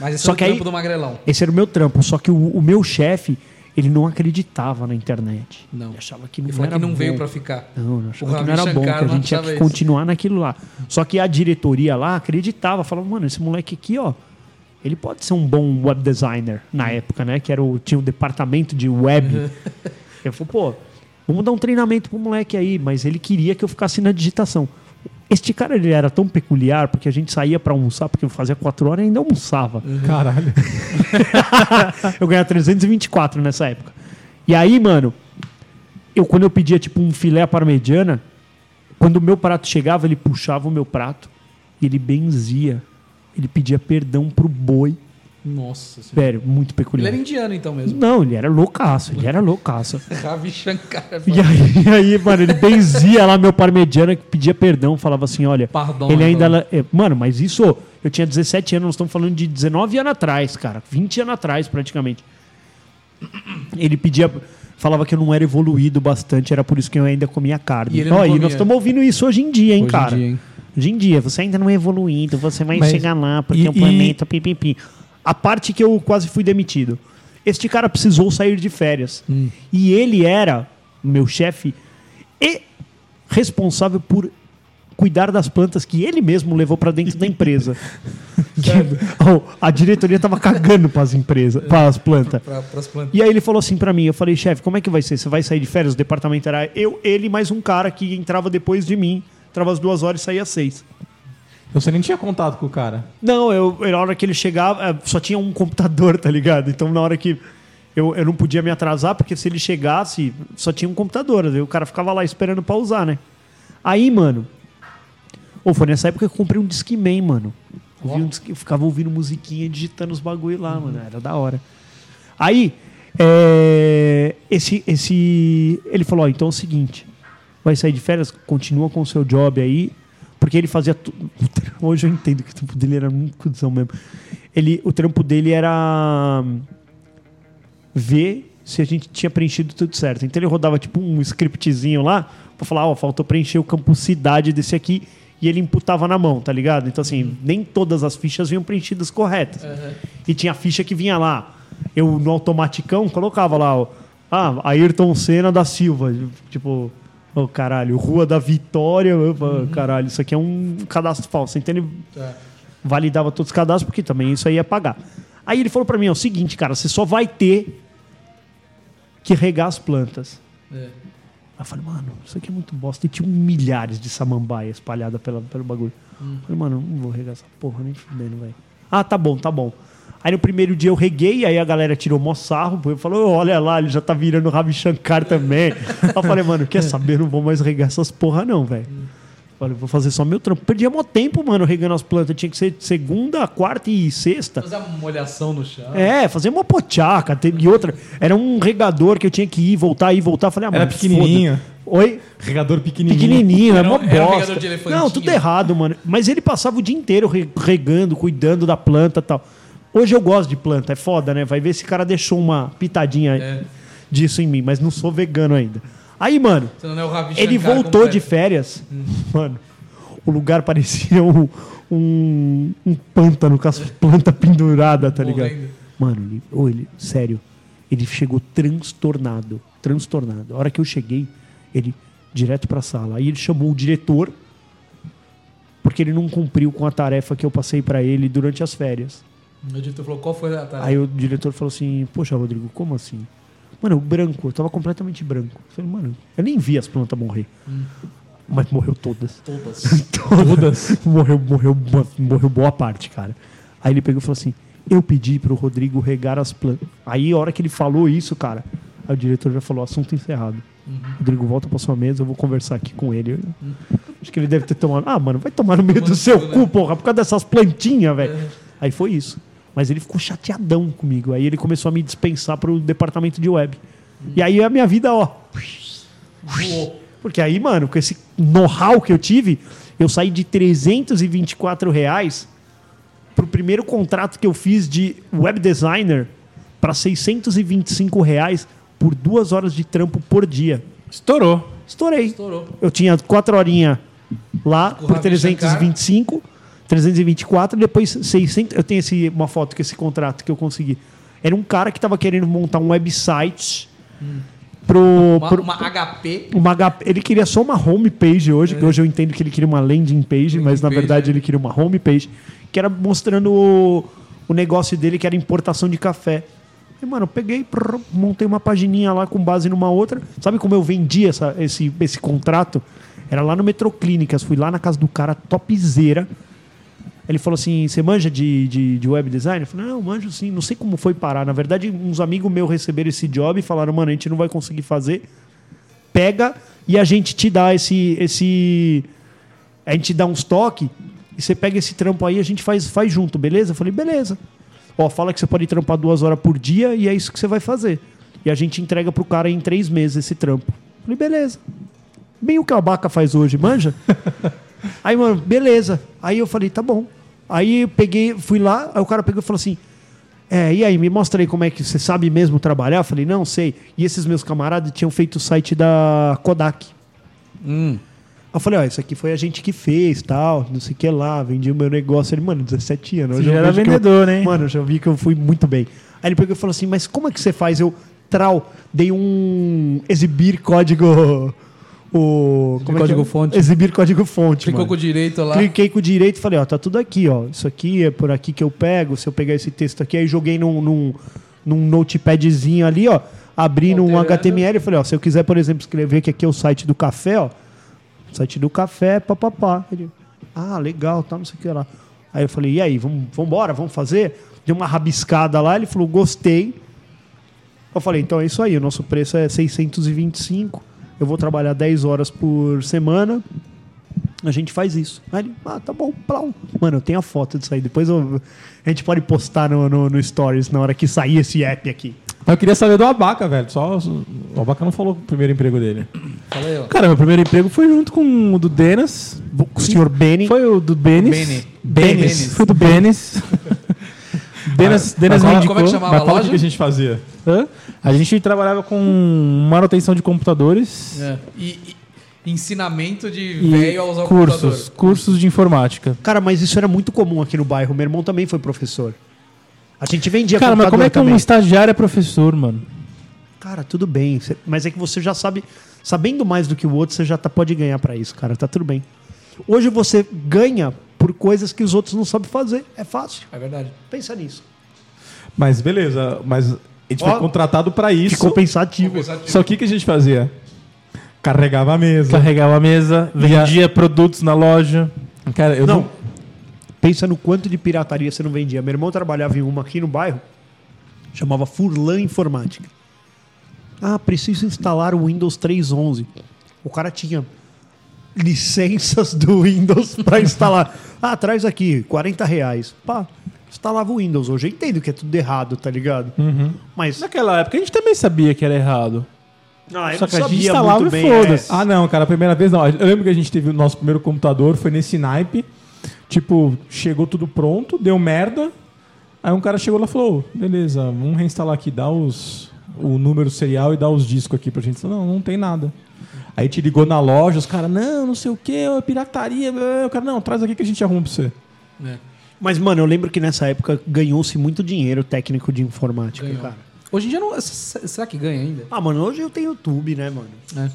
Speaker 4: Mas esse
Speaker 3: Só
Speaker 4: é o
Speaker 3: que aí-
Speaker 4: trampo do Magrelão.
Speaker 3: Esse era o meu trampo, só que o, o meu chefe, ele não acreditava na internet.
Speaker 4: Não.
Speaker 3: Ele achava que não
Speaker 4: Ele falou
Speaker 3: era
Speaker 4: que não veio
Speaker 3: bom.
Speaker 4: pra ficar.
Speaker 3: Não, eu achava
Speaker 4: O
Speaker 3: que não era
Speaker 4: Ravi
Speaker 3: bom, que
Speaker 4: Shankar
Speaker 3: a
Speaker 4: não
Speaker 3: gente tinha
Speaker 4: achava
Speaker 3: que
Speaker 4: isso.
Speaker 3: continuar naquilo lá. Só que a diretoria lá acreditava, falava, mano, esse moleque aqui, ó, ele pode ser um bom web designer na época, né? Que era o, tinha o departamento de web. eu falei, pô, vamos dar um treinamento pro moleque aí, mas ele queria que eu ficasse na digitação. Este cara, ele era tão peculiar, porque a gente saía pra almoçar, porque eu fazia quatro horas e ainda almoçava.
Speaker 4: Uhum.
Speaker 2: Caralho.
Speaker 3: eu ganhava 324 nessa época. E aí, mano, eu quando eu pedia tipo um filé à parmegiana, quando o meu prato chegava, ele puxava o meu prato e ele benzia. Ele pedia perdão pro boi.
Speaker 4: Nossa senhora.
Speaker 3: Velho, muito
Speaker 4: Ele
Speaker 3: peculiar.
Speaker 4: era indiano então mesmo.
Speaker 3: Não, ele era loucaço, ele era loucaço.
Speaker 4: Ravi Shankar. é
Speaker 3: E aí, e aí, mano, ele benzia lá meu parmegiana que pedia perdão, falava assim, olha,
Speaker 4: Pardon,
Speaker 3: ele ainda...
Speaker 4: então.
Speaker 3: é, Mano, mas isso, eu tinha 17 anos, nós estamos falando de 19 anos atrás, cara, 20 anos atrás praticamente. Ele pedia, falava que eu não era evoluído bastante, era por isso que eu ainda comia carne.
Speaker 4: E ele não
Speaker 3: Ó,
Speaker 4: comia.
Speaker 3: nós estamos ouvindo isso hoje em dia, hein,
Speaker 4: Hoje em
Speaker 3: cara.
Speaker 4: dia, hein?
Speaker 3: Hoje em dia, você ainda não é evoluído, você vai
Speaker 5: Mas-
Speaker 3: chegar lá, porque
Speaker 5: e-
Speaker 3: o um planeta, pim, pim, pim. A parte que eu quase fui demitido. Este cara precisou sair de férias.
Speaker 5: Hum.
Speaker 3: E ele era, meu chefe, e responsável por cuidar das plantas que ele mesmo levou pra dentro da empresa. Que- Oh, a diretoria tava cagando pras empresas,
Speaker 5: É.
Speaker 3: pras plantas.
Speaker 4: Pra, pras plantas.
Speaker 3: E aí ele falou assim pra mim, eu falei, chefe, como é que vai ser? Você vai sair de férias? O departamento era eu, ele, e mais um cara que entrava depois de mim. Entrava às duas horas e saía às seis.
Speaker 2: Você nem tinha contato com o cara.
Speaker 3: é, Não, eu, eu- na hora que ele chegava, eh, só tinha um computador, tá ligado? Então na hora que eu, eu não podia me atrasar, porque se ele chegasse, só tinha um computador. Aí o cara ficava lá esperando pra usar, né? Aí, mano. Ou foi nessa época que eu comprei um Discman, mano. Eu, um disque, eu ficava ouvindo musiquinha, digitando os bagulho lá, mano. Era da hora. Aí, é, esse, esse. Ele falou: ó, então é o seguinte, vai sair de férias, continua com o seu job aí, porque ele fazia. tu- Hoje eu entendo que o trampo dele era muito cuzão mesmo. Ele, o trampo dele era. ver se a gente tinha preenchido tudo certo. Então ele rodava tipo um scriptzinho lá, pra falar: ó, faltou preencher o campo cidade desse aqui. E ele imputava na mão, tá ligado? Então, assim, nem todas as fichas vinham preenchidas corretas. E tinha a ficha que vinha lá. Eu, no automaticão, colocava lá, ó, ah, Ayrton Senna da Silva. Tipo, ô caralho, Rua da Vitória. eu falo, Caralho, isso aqui é um cadastro falso. Então ele validava todos os cadastros, porque também isso aí ia pagar. Aí ele falou pra mim, é o seguinte, cara, você só vai ter que regar as plantas.
Speaker 4: É.
Speaker 3: Aí eu falei, mano, isso aqui é muito bosta. E tinha milhares de samambaia espalhada pela, pelo bagulho. Eu Falei, mano, não vou regar essa porra nem fudendo, velho. Ah, tá bom, tá bom. Aí no primeiro dia eu reguei, aí a galera tirou mó sarro, pô, falou, olha lá, ele já tá virando Ravi Shankar também. Aí eu falei, mano, quer saber? Eu não vou mais regar essas porra não, velho. Falei, vou fazer só meu trampo. Perdia mó tempo, mano, regando as plantas. Tinha que ser segunda, quarta e sexta.
Speaker 4: Fazer uma molhação no chão.
Speaker 3: É, fazer uma pochaca, teve outra. Era um regador que eu tinha que ir, voltar, ir, voltar. Falei, ah,
Speaker 2: Era
Speaker 3: mano,
Speaker 2: pequenininho.
Speaker 3: foda. Oi?
Speaker 2: Regador pequenininho.
Speaker 3: Pequenininho, é
Speaker 4: Era
Speaker 3: mó
Speaker 4: um- era um
Speaker 3: bosta.
Speaker 4: regador de elefantinho.
Speaker 3: Não, tudo errado, mano. Mas ele passava o dia inteiro re- regando, cuidando da planta e tal. Hoje eu gosto de planta, é foda, né? Vai ver se o cara deixou uma pitadinha
Speaker 4: É.
Speaker 3: disso em mim, mas não sou vegano ainda. Aí, mano,
Speaker 4: Senão não é o Ravi
Speaker 3: ele
Speaker 4: Shankar
Speaker 3: voltou
Speaker 4: completo.
Speaker 3: de férias. Mano, o lugar parecia um, um, um pântano com as plantas penduradas, tá ligado?
Speaker 4: Morrendo.
Speaker 3: Mano, ele, ou ele, sério, ele chegou transtornado. Transtornado. A hora que eu cheguei, ele direto pra sala. Aí ele chamou o diretor, porque ele não cumpriu com a tarefa que eu passei pra ele durante as férias.
Speaker 4: Meu diretor falou qual foi a tarefa.
Speaker 3: Aí o diretor falou assim: Poxa, Rodrigo, como assim? Mano, eu branco, eu tava completamente branco. Eu falei, mano, eu nem vi as plantas morrer. Mas morreu todas.
Speaker 4: Todas.
Speaker 3: Todas? morreu, morreu, bo- morreu boa parte, cara. Aí ele pegou e falou assim: Eu pedi pro Rodrigo regar as plantas. Aí, a hora que ele falou isso, cara, aí o diretor já falou: Assunto encerrado. Rodrigo, volta pra sua mesa, eu vou conversar aqui com ele. Eu- Acho que ele deve ter tomado. Ah, mano, vai tomar no meio do seu
Speaker 4: tudo, né? É.
Speaker 3: cu, porra, por causa dessas plantinhas, velho. Aí foi isso. Mas ele ficou chateadão comigo. Aí ele começou a me dispensar pro departamento de web. E aí a minha vida, ó.
Speaker 4: Hum. Voou.
Speaker 3: Porque aí, mano, com esse know-how que eu tive, eu saí de 324 reais pro primeiro contrato que eu fiz de web designer para 625 reais por duas horas de trampo por dia.
Speaker 5: Estourou.
Speaker 3: Estourei.
Speaker 4: Estourou.
Speaker 3: Eu tinha quatro horinhas lá
Speaker 4: Com o
Speaker 3: por
Speaker 4: Ravi
Speaker 3: 325, 324, depois 600. Eu tenho esse, uma foto com esse contrato que eu consegui. Era um cara que estava querendo montar um website pro,
Speaker 4: Uma,
Speaker 3: pro-
Speaker 4: uma HP.
Speaker 3: uma HP ele queria só uma home page hoje,
Speaker 4: É.
Speaker 3: que hoje eu entendo que ele queria uma landing page, mas na
Speaker 4: page,
Speaker 3: verdade
Speaker 4: é.
Speaker 3: ele queria uma home page, que era mostrando o, o negócio dele, que era importação de café. E, mano, eu peguei, prrr, montei uma pagininha lá com base numa outra. Sabe como eu vendi essa, esse, esse contrato? Era lá no Metroclínicas, fui lá na casa do cara, topzera. Ele falou assim: você manja de, de, de web design? Eu falei, não, manjo sim, não sei como foi parar. Na verdade, uns amigos meus receberam esse job e falaram, mano, a gente não vai conseguir fazer. Pega e a gente te dá esse. esse a gente dá uns toques e você pega esse trampo aí e a gente faz, faz junto, beleza? Eu falei, beleza. Ó, fala que você pode trampar duas horas por dia e é isso que você vai fazer. E a gente entrega pro cara em três meses esse trampo. Eu falei, beleza. Bem o que a Abaca faz hoje, manja? Aí, mano, beleza. Aí eu falei, tá bom. Aí eu peguei, fui lá, aí o cara pegou e falou assim: É, e aí, me mostra aí como é que você sabe mesmo trabalhar? Eu falei, não sei. E esses meus camaradas tinham feito o site da Kodak.
Speaker 5: Hum.
Speaker 3: Aí Eu falei, ó, isso aqui foi a gente que fez, tal, não sei o que lá, vendi o meu negócio. Ele, mano, 17 anos.
Speaker 5: Você
Speaker 3: hoje eu
Speaker 5: já era
Speaker 3: vejo que eu-
Speaker 5: vendedor, né?
Speaker 3: Mano, eu já vi que eu fui muito bem. Aí ele pegou e falou assim, mas como é que você faz? Eu, trau, dei um exibir código... O, como é que
Speaker 4: código
Speaker 3: é?
Speaker 4: fonte.
Speaker 3: Exibir código fonte,
Speaker 4: Clicou
Speaker 3: mano.
Speaker 4: com o direito lá.
Speaker 3: Cliquei com o direito e falei, ó, tá tudo aqui, ó. Isso aqui é por aqui que eu pego, se eu pegar esse texto aqui, aí joguei num, num, num notepadzinho ali, ó, abri num
Speaker 4: Alterando.
Speaker 3: HTML e falei, ó, se eu quiser, por exemplo, escrever que aqui é o site do café, ó, site do café, papapá. Ele, ah, legal, tá, não sei o que lá. Aí eu falei, e aí, vamos vambora, vamos fazer? Deu uma rabiscada lá, ele falou, gostei. Eu falei, então é isso aí, o nosso preço é 625, eu vou trabalhar 10 horas por semana, a gente faz isso. Aí ele, ah, tá bom, plau. Mano, eu tenho a foto disso aí, depois eu- a gente pode postar no, no- no Stories na hora que sair esse app aqui.
Speaker 2: Mas eu queria saber do Abaca, velho. Só, o Abaca não falou o primeiro emprego dele.
Speaker 4: Fala aí, ó.
Speaker 5: Cara, meu primeiro emprego foi junto com o do Denas.
Speaker 3: O senhor Benny,
Speaker 5: Foi o do Benes.
Speaker 4: Bene.
Speaker 5: Benes.
Speaker 4: Benes.
Speaker 5: Foi do Benes. Denas, Denas me
Speaker 4: como é que
Speaker 5: indicou.
Speaker 4: chama? Chamava
Speaker 2: Mas fala o que
Speaker 4: loja?
Speaker 2: que a gente fazia.
Speaker 5: Hã? A gente trabalhava com manutenção de computadores
Speaker 4: É. E, e ensinamento de
Speaker 5: e
Speaker 4: velho aos
Speaker 5: cursos,
Speaker 4: computador.
Speaker 5: cursos de informática.
Speaker 3: cara, mas isso era muito comum aqui no bairro, meu irmão também foi professor. A gente vendia
Speaker 5: Cara, mas como é que um
Speaker 3: também.
Speaker 5: estagiário é professor, mano?
Speaker 3: Cara, tudo bem. cê- Mas é que você já sabe. Sabendo mais do que o outro, você já tá- pode ganhar pra isso, cara. Tá tudo bem. Hoje você ganha por coisas que os outros não sabem fazer. É fácil.
Speaker 4: É verdade.
Speaker 3: Pensa nisso.
Speaker 2: Mas beleza, mas a gente
Speaker 3: Ó,
Speaker 2: foi contratado pra isso.
Speaker 3: Ficou pensativo.
Speaker 4: Compensativo.
Speaker 2: Só que o que a gente fazia? Carregava a mesa.
Speaker 5: Carregava a mesa, vendia produtos na loja.
Speaker 2: Cara, eu
Speaker 3: Não.
Speaker 2: não...
Speaker 3: Pensa no quanto de pirataria você não vendia. Meu irmão trabalhava em uma aqui no bairro, chamava Furlan Informática. Ah, preciso instalar o Windows 3.11. O cara tinha licenças do Windows para instalar. Ah, traz aqui, 40 reais. Pá, instalava o Windows. Hoje eu entendo que é tudo errado, tá ligado? Mas
Speaker 5: Naquela época a gente também sabia que era errado.
Speaker 3: ah, eu
Speaker 5: Só
Speaker 3: não
Speaker 5: que a gente
Speaker 3: sabia
Speaker 5: instalava
Speaker 3: muito
Speaker 5: e
Speaker 3: bem, é. né?
Speaker 5: foda-se.
Speaker 2: Ah, não, cara, a primeira vez não. Eu lembro que a gente teve o nosso primeiro computador, foi nesse naipe. Tipo, chegou tudo pronto, deu merda. Aí um cara chegou lá e falou: "Ô, beleza, vamos reinstalar aqui, dá os, o número serial e dá os discos aqui pra gente. Não, não tem nada. Aí te ligou na loja, os caras, não, não sei o que, é pirataria. blá, blá. O cara, não, traz aqui que a gente arruma pra você.
Speaker 4: É,
Speaker 3: Mas, mano, eu lembro que nessa época ganhou-se muito dinheiro técnico de informática,
Speaker 4: ganhou.
Speaker 3: cara.
Speaker 4: Hoje em dia não. s- Será que ganha ainda?
Speaker 3: Ah, mano, hoje eu tenho YouTube, né, mano?
Speaker 4: É.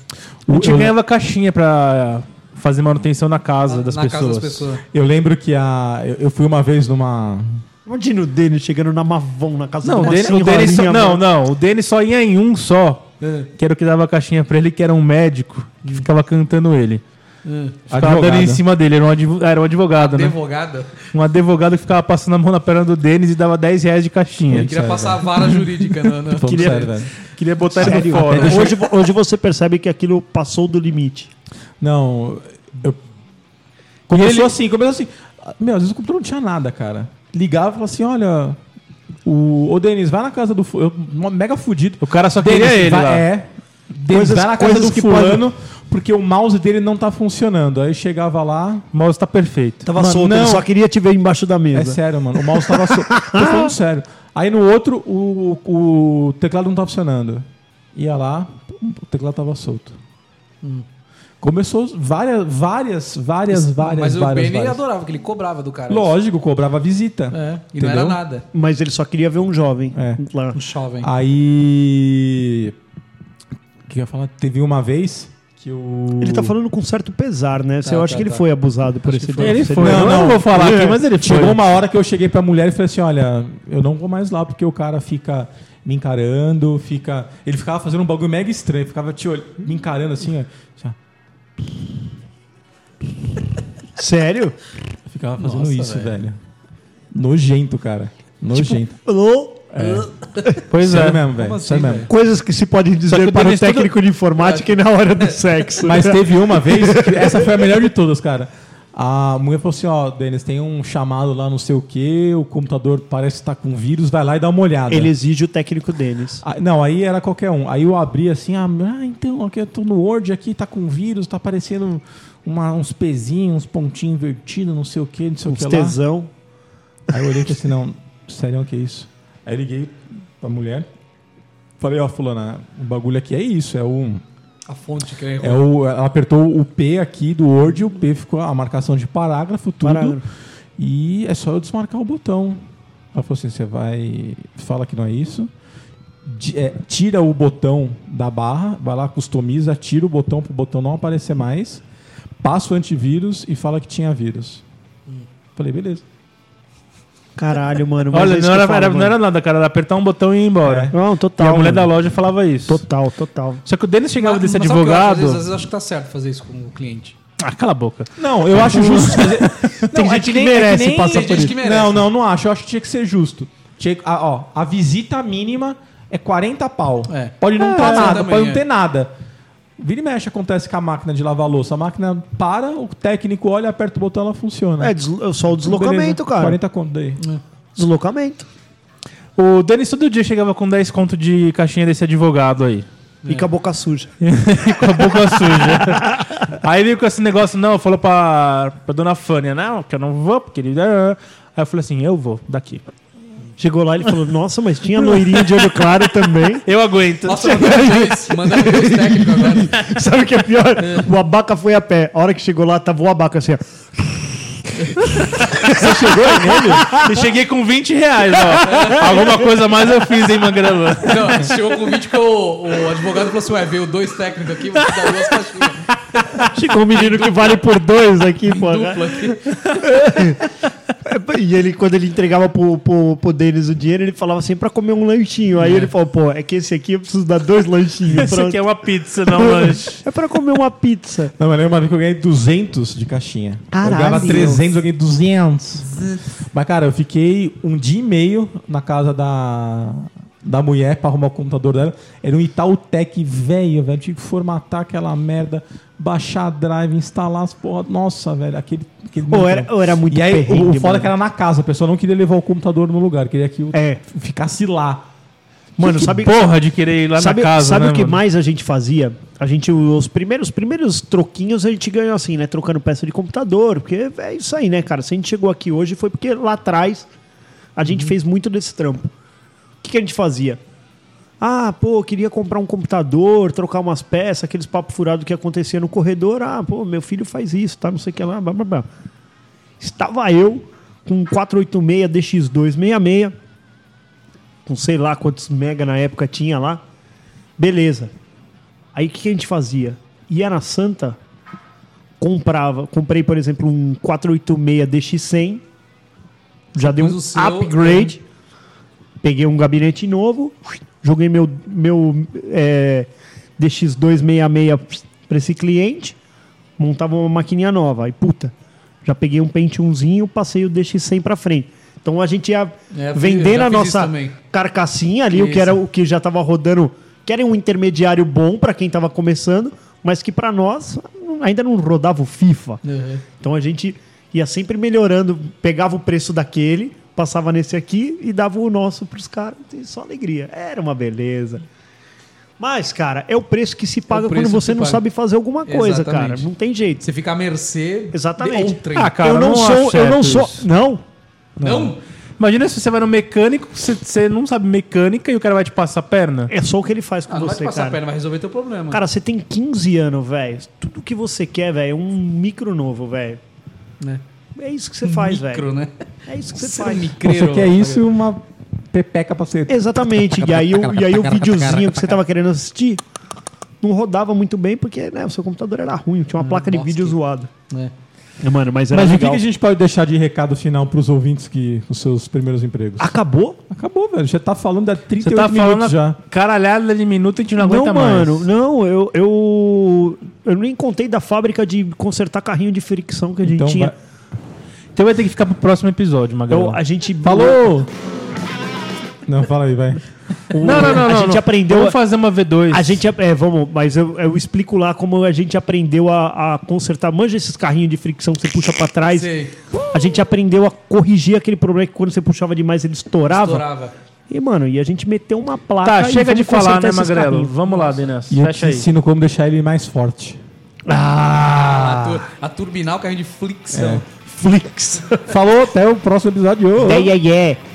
Speaker 5: A gente
Speaker 2: Eu-
Speaker 5: ganhava caixinha pra fazer manutenção na casa, das,
Speaker 4: Na
Speaker 5: pessoas.
Speaker 4: casa das pessoas.
Speaker 2: Eu lembro que a, eu, eu fui uma vez numa.
Speaker 3: Imagina o Denis chegando na Mavon na casa
Speaker 5: Não,
Speaker 3: do
Speaker 5: o Denis, o Denis só, não, não, o Denis só ia em um só. Que era o que dava a caixinha pra ele, que era um médico que ficava cantando ele. Ficava
Speaker 2: Advogada.
Speaker 5: dando em cima dele, era um, advo- era um advogado, né?
Speaker 4: Advogada.
Speaker 5: Um advogado que ficava passando a mão na perna do Denis e dava 10 reais de caixinha.
Speaker 4: Ele queria passar a vara jurídica. na- na-
Speaker 2: Falando
Speaker 5: Queria-
Speaker 2: sério, velho.
Speaker 5: Queria botar ele pra fora.
Speaker 3: Hoje, vo- hoje você percebe que aquilo passou do limite.
Speaker 2: Não, eu... começou assim, começou assim. Meu, às vezes o computador não tinha nada, cara. Ligava e falava assim, olha, o... ô Denis, vai na casa do... fu- Eu, um mega fudido.
Speaker 5: O cara só
Speaker 2: Denis,
Speaker 5: queria ele
Speaker 2: vai,
Speaker 5: lá.
Speaker 2: É, Denis,
Speaker 3: Coisas-
Speaker 2: vai na casa
Speaker 3: coisas
Speaker 2: do
Speaker 3: que
Speaker 2: fulano, porque o mouse dele não tá funcionando. Aí eu chegava lá...
Speaker 5: O mouse tá perfeito.
Speaker 3: Tava
Speaker 2: Mano,
Speaker 3: solto,
Speaker 2: não.
Speaker 3: ele só queria te ver embaixo da
Speaker 2: É
Speaker 3: mesa.
Speaker 2: sério, mano, o mouse tava... So... Tô falando sério. Aí no outro, o, o teclado não tá funcionando. Ia lá, o teclado tava solto.
Speaker 4: Hum.
Speaker 2: Começou várias, várias, várias, várias,
Speaker 4: Mas o
Speaker 2: várias,
Speaker 4: Benny
Speaker 2: várias.
Speaker 4: adorava, que ele cobrava do cara.
Speaker 2: Lógico, cobrava visita.
Speaker 4: É, e
Speaker 2: Entendeu?
Speaker 4: não era nada.
Speaker 3: Mas ele só queria ver um jovem
Speaker 2: É.
Speaker 3: lá.
Speaker 4: Um jovem.
Speaker 2: Aí. O que eu ia falar? Teve uma vez que o.
Speaker 3: Ele tá falando com certo pesar, né? eu
Speaker 4: Tá,
Speaker 3: acho
Speaker 4: tá,
Speaker 3: que ele
Speaker 4: tá.
Speaker 3: foi abusado por esse
Speaker 4: que foi.
Speaker 5: Ele
Speaker 3: Você-
Speaker 5: foi.
Speaker 2: Não,
Speaker 5: eu
Speaker 2: não.
Speaker 5: não vou falar
Speaker 2: É.
Speaker 5: aqui, mas ele
Speaker 2: Chegou
Speaker 5: foi.
Speaker 2: uma hora que eu cheguei pra mulher e falei assim: olha, eu não vou mais lá, porque o cara fica me encarando, fica. Ele ficava fazendo um bagulho mega estranho, ficava te olh... me encarando assim, ó. Assim, ó.
Speaker 3: Sério?
Speaker 2: Eu Ficava fazendo
Speaker 4: Nossa,
Speaker 2: isso,
Speaker 4: velho.
Speaker 2: velho. Nojento, cara. Nojento.
Speaker 3: Ô,
Speaker 5: Tipo, Pois é.
Speaker 2: Sério mesmo, velho.
Speaker 4: assim,
Speaker 2: Sério
Speaker 4: velho?
Speaker 2: mesmo.
Speaker 3: Coisas que se pode
Speaker 5: Só que
Speaker 3: dizer
Speaker 5: o
Speaker 3: para o
Speaker 5: Denis todo-
Speaker 3: técnico de informática e na hora do sexo. né?
Speaker 2: Mas teve uma vez, que essa foi a melhor de todas, cara. A mulher falou assim: ó, Denis, tem um chamado lá, não sei o quê, o computador parece estar com vírus, vai lá e dá uma olhada.
Speaker 3: Ele exige o técnico Denis.
Speaker 2: Ah, não, aí era qualquer um. Aí eu abri assim: ah, ah, então, aqui eu tô no Word aqui, tá com vírus, tá aparecendo uma- uns pezinhos, uns pontinhos invertidos, não sei o quê, não sei o
Speaker 3: Uns
Speaker 2: que lá.
Speaker 3: tesão.
Speaker 2: Aí eu olhei e falei assim, não, sério, o que é isso? Aí liguei pra mulher, falei, ó, fulana, o bagulho aqui é isso, é um...
Speaker 4: A fonte que eu
Speaker 2: É o, ela apertou o P aqui do Word, e o P ficou a marcação de parágrafo, tudo.
Speaker 3: Parágrafo.
Speaker 2: E é só eu desmarcar o botão. Ela falou assim: você vai. Fala que não é isso. Di- é, tira o botão da barra, vai lá, customiza, tira o botão pro botão não aparecer mais. Passa o antivírus e fala que tinha vírus. Falei, beleza.
Speaker 3: Caralho, mano. mas é
Speaker 5: Olha,
Speaker 3: isso
Speaker 5: não
Speaker 3: que eu
Speaker 5: era,
Speaker 3: falo,
Speaker 5: era- não
Speaker 3: mano.
Speaker 5: era nada, cara. Era apertar um botão e ir embora.
Speaker 2: É.
Speaker 3: Não,
Speaker 5: E
Speaker 3: total.
Speaker 5: a mulher
Speaker 3: mano.
Speaker 5: da loja falava isso.
Speaker 3: Total, total.
Speaker 5: Só que o Denis chegava desse
Speaker 4: Ah, sabe o que eu acho? Às
Speaker 5: advogado.
Speaker 4: vezes, às vezes eu acho que tá certo fazer isso com o cliente.
Speaker 5: Ah, cala a boca.
Speaker 2: Não, eu acho justo. é- Tem
Speaker 5: gente que merece
Speaker 4: passar por isso.
Speaker 2: Não, não, não acho. Eu acho que tinha que ser justo. Tinha que- ah, ó, a visita mínima é 40 pau.
Speaker 4: É.
Speaker 2: Pode não
Speaker 4: É,
Speaker 2: estar
Speaker 4: pode ser
Speaker 2: nada,
Speaker 4: também,
Speaker 2: pode não
Speaker 4: é.
Speaker 2: ter nada. Vira e mexe acontece com a máquina de lavar louça. A máquina para, o técnico olha, aperta o botão, ela funciona.
Speaker 3: É, deslo- é só o
Speaker 2: Beleza,
Speaker 3: deslocamento, cara.
Speaker 2: 40 conto daí.
Speaker 3: Deslocamento.
Speaker 5: O Denis todo dia chegava com 10 conto de caixinha desse advogado aí.
Speaker 3: E com a boca suja.
Speaker 5: com a boca suja. Aí veio com esse negócio, não, falou pra, pra dona Fânia, não, que eu não vou, porque ele. Aí eu falei assim, eu vou, daqui.
Speaker 3: Chegou lá e ele falou: Nossa, mas tinha loirinha de olho claro também.
Speaker 5: Eu aguento.
Speaker 4: Nossa, mandaram dois, mandaram dois técnicos agora.
Speaker 3: Sabe o que é pior? O abaca foi a pé. A hora que chegou lá, tava o abaca assim, ó.
Speaker 5: Eu cheguei com 20 reais, ó. Alguma coisa a mais eu fiz, hein, Mangrelã.
Speaker 4: Não, chegou com o vídeo que o, o advogado falou assim: Ué, veio dois técnicos aqui, você dá duas caixinhas
Speaker 3: Chegou um menino que vale por dois aqui, pô.
Speaker 4: dupla aqui.
Speaker 3: E ele, quando ele entregava pro, pro, pro Denis o dinheiro, ele falava assim pra comer um lanchinho. Aí ele falou, pô, é que esse aqui eu preciso dar dois lanchinhos.
Speaker 5: Isso
Speaker 3: pra-
Speaker 5: aqui é uma pizza, não um lanche.
Speaker 3: É pra comer uma pizza.
Speaker 2: Não, mas lembra uma vez que eu ganhei 200 de caixinha.
Speaker 3: Caralho.
Speaker 2: Eu ganhava 300, eu ganhei 200. mas, cara, eu fiquei um dia e meio na casa da, da mulher pra arrumar o computador dela. Era um Itautec velho, velho. Tinha que formatar aquela merda, baixar a drive, instalar as porra. Nossa, velho, aquele... aquele
Speaker 3: Pô,
Speaker 2: montão.
Speaker 3: era- eu era muito
Speaker 2: E aí, o- o foda
Speaker 3: perrengue,
Speaker 2: é
Speaker 3: mano.
Speaker 2: que era na casa. A pessoa não queria levar o computador no lugar. Queria que o-
Speaker 3: É.
Speaker 2: ficasse lá.
Speaker 3: Mano,
Speaker 5: Que
Speaker 3: sabe,
Speaker 5: porra de querer ir lá
Speaker 3: sabe,
Speaker 5: na casa,
Speaker 3: sabe
Speaker 5: né,
Speaker 3: o que
Speaker 5: mano?
Speaker 3: mais a gente fazia? A gente, os primeiros, primeiros troquinhos a gente ganhou assim, né? Trocando peça de computador, porque é isso aí, né, cara? Se a gente chegou aqui hoje foi porque lá atrás a
Speaker 5: Uhum.
Speaker 3: gente fez muito desse trampo. O que, que a gente fazia? Ah, pô, eu queria comprar um computador, trocar umas peças, aqueles papo furado que acontecia no corredor. Ah, pô, meu filho faz isso, tá? Não sei o que lá, blá, blá, blá. Estava eu com um 486 DX266, com sei lá quantos mega na época tinha lá. Beleza. Aí o que que a gente fazia? Ia na Santa, comprava, comprei, por exemplo, um 486 DX100, já dei
Speaker 4: Mas
Speaker 3: um
Speaker 4: o seu- é.
Speaker 3: upgrade, peguei um gabinete novo, joguei meu, meu é, DX266 para esse cliente, montava uma maquininha nova. Aí, puta, já peguei um Pentiumzinho, passei o DX100 pra frente. Então a gente ia
Speaker 4: É, eu fiz-
Speaker 3: vendendo
Speaker 4: já
Speaker 3: a
Speaker 4: fiz isso
Speaker 3: nossa
Speaker 4: também.
Speaker 3: carcassinha ali, o que
Speaker 4: Isso.
Speaker 3: era o que já tava rodando, que era um intermediário bom pra quem tava começando, mas que pra nós ainda não rodava o FIFA.
Speaker 4: Uhum.
Speaker 3: Então a gente ia sempre melhorando, pegava o preço daquele, passava nesse aqui e dava o nosso pros caras. E Só alegria. Era uma beleza. Mas, cara, é o preço que se paga
Speaker 4: preço
Speaker 3: quando
Speaker 4: que
Speaker 3: você
Speaker 4: se
Speaker 3: não
Speaker 4: paga.
Speaker 3: sabe fazer alguma coisa, cara.
Speaker 4: Exatamente.
Speaker 3: Não tem jeito.
Speaker 4: Você fica à mercê
Speaker 3: Exatamente.
Speaker 4: de outrem.
Speaker 5: Ah, cara,
Speaker 3: eu não,
Speaker 5: não
Speaker 3: sou,
Speaker 5: acho
Speaker 3: eu
Speaker 5: certo
Speaker 3: não sou,
Speaker 5: isso.
Speaker 3: não.
Speaker 4: não?
Speaker 5: Imagina se você vai no mecânico, você, você não sabe mecânica e o cara vai te passar a perna.
Speaker 3: É só o que ele faz com
Speaker 4: Ah, não vai te
Speaker 3: você,
Speaker 4: passar
Speaker 3: cara.
Speaker 4: a perna, vai resolver teu problema.
Speaker 3: Cara, você tem 15 anos, velho. Tudo que você quer, velho, é um micro novo, velho.
Speaker 4: né?
Speaker 3: É isso que você faz, velho.
Speaker 4: Micro, né?
Speaker 3: É isso que você
Speaker 4: Você
Speaker 3: faz.
Speaker 2: Você quer
Speaker 3: né?
Speaker 4: né?
Speaker 2: isso e uma pepeca pra você...
Speaker 3: Exatamente. E aí, o, e aí o videozinho que você tava querendo assistir não rodava muito bem porque né, o seu computador era ruim, tinha uma placa de
Speaker 4: bosta.
Speaker 3: vídeo zoada.
Speaker 4: É.
Speaker 3: Mano, mas era
Speaker 2: Mas o que,
Speaker 3: legal.
Speaker 2: que a gente pode deixar de recado final pros ouvintes que os seus primeiros empregos?
Speaker 3: Ah. Acabou?
Speaker 2: Acabou, velho. Já tá falando há 38
Speaker 5: Você tá falando
Speaker 2: minutos já.
Speaker 5: caralhada de minuto e a gente não aguenta
Speaker 3: não,
Speaker 5: mais.
Speaker 3: mano, não, eu, eu. Eu nem contei da fábrica de consertar carrinho de fricção que a gente
Speaker 2: Então
Speaker 3: tinha.
Speaker 2: vai-
Speaker 5: Então vai ter que ficar pro próximo episódio, Magalhães.
Speaker 3: Então, a gente.
Speaker 5: Falou!
Speaker 2: Não, fala aí, vai.
Speaker 5: Não, não, não.
Speaker 3: A
Speaker 5: não,
Speaker 3: gente
Speaker 5: não.
Speaker 3: aprendeu
Speaker 5: Vamos
Speaker 3: a-
Speaker 5: fazer uma V2.
Speaker 3: A gente. É, vamos, mas eu, eu explico lá como a gente aprendeu a, a consertar. Manja esses carrinhos de fricção que você puxa pra trás.
Speaker 4: Sei.
Speaker 3: A gente aprendeu a corrigir aquele problema que quando você puxava demais ele estourava.
Speaker 4: Estourava.
Speaker 3: E, mano, e a gente meteu uma placa.
Speaker 5: Tá,
Speaker 3: e
Speaker 5: chega
Speaker 3: vamos
Speaker 5: de falar,
Speaker 3: consertar
Speaker 5: né,
Speaker 3: esses
Speaker 5: Magrelo?
Speaker 3: carrinhos.
Speaker 5: Vamos lá, Denas.
Speaker 2: E eu te
Speaker 5: Fecha aí.
Speaker 2: ensino como deixar ele mais forte.
Speaker 3: Ah.
Speaker 5: Ah,
Speaker 4: A, tur a
Speaker 3: É.
Speaker 4: turbinal, carrinho de flexão.
Speaker 3: Flix.
Speaker 2: Falou, até o próximo episódio.
Speaker 3: Ah,
Speaker 5: é,
Speaker 3: Yeah, yeah, yeah.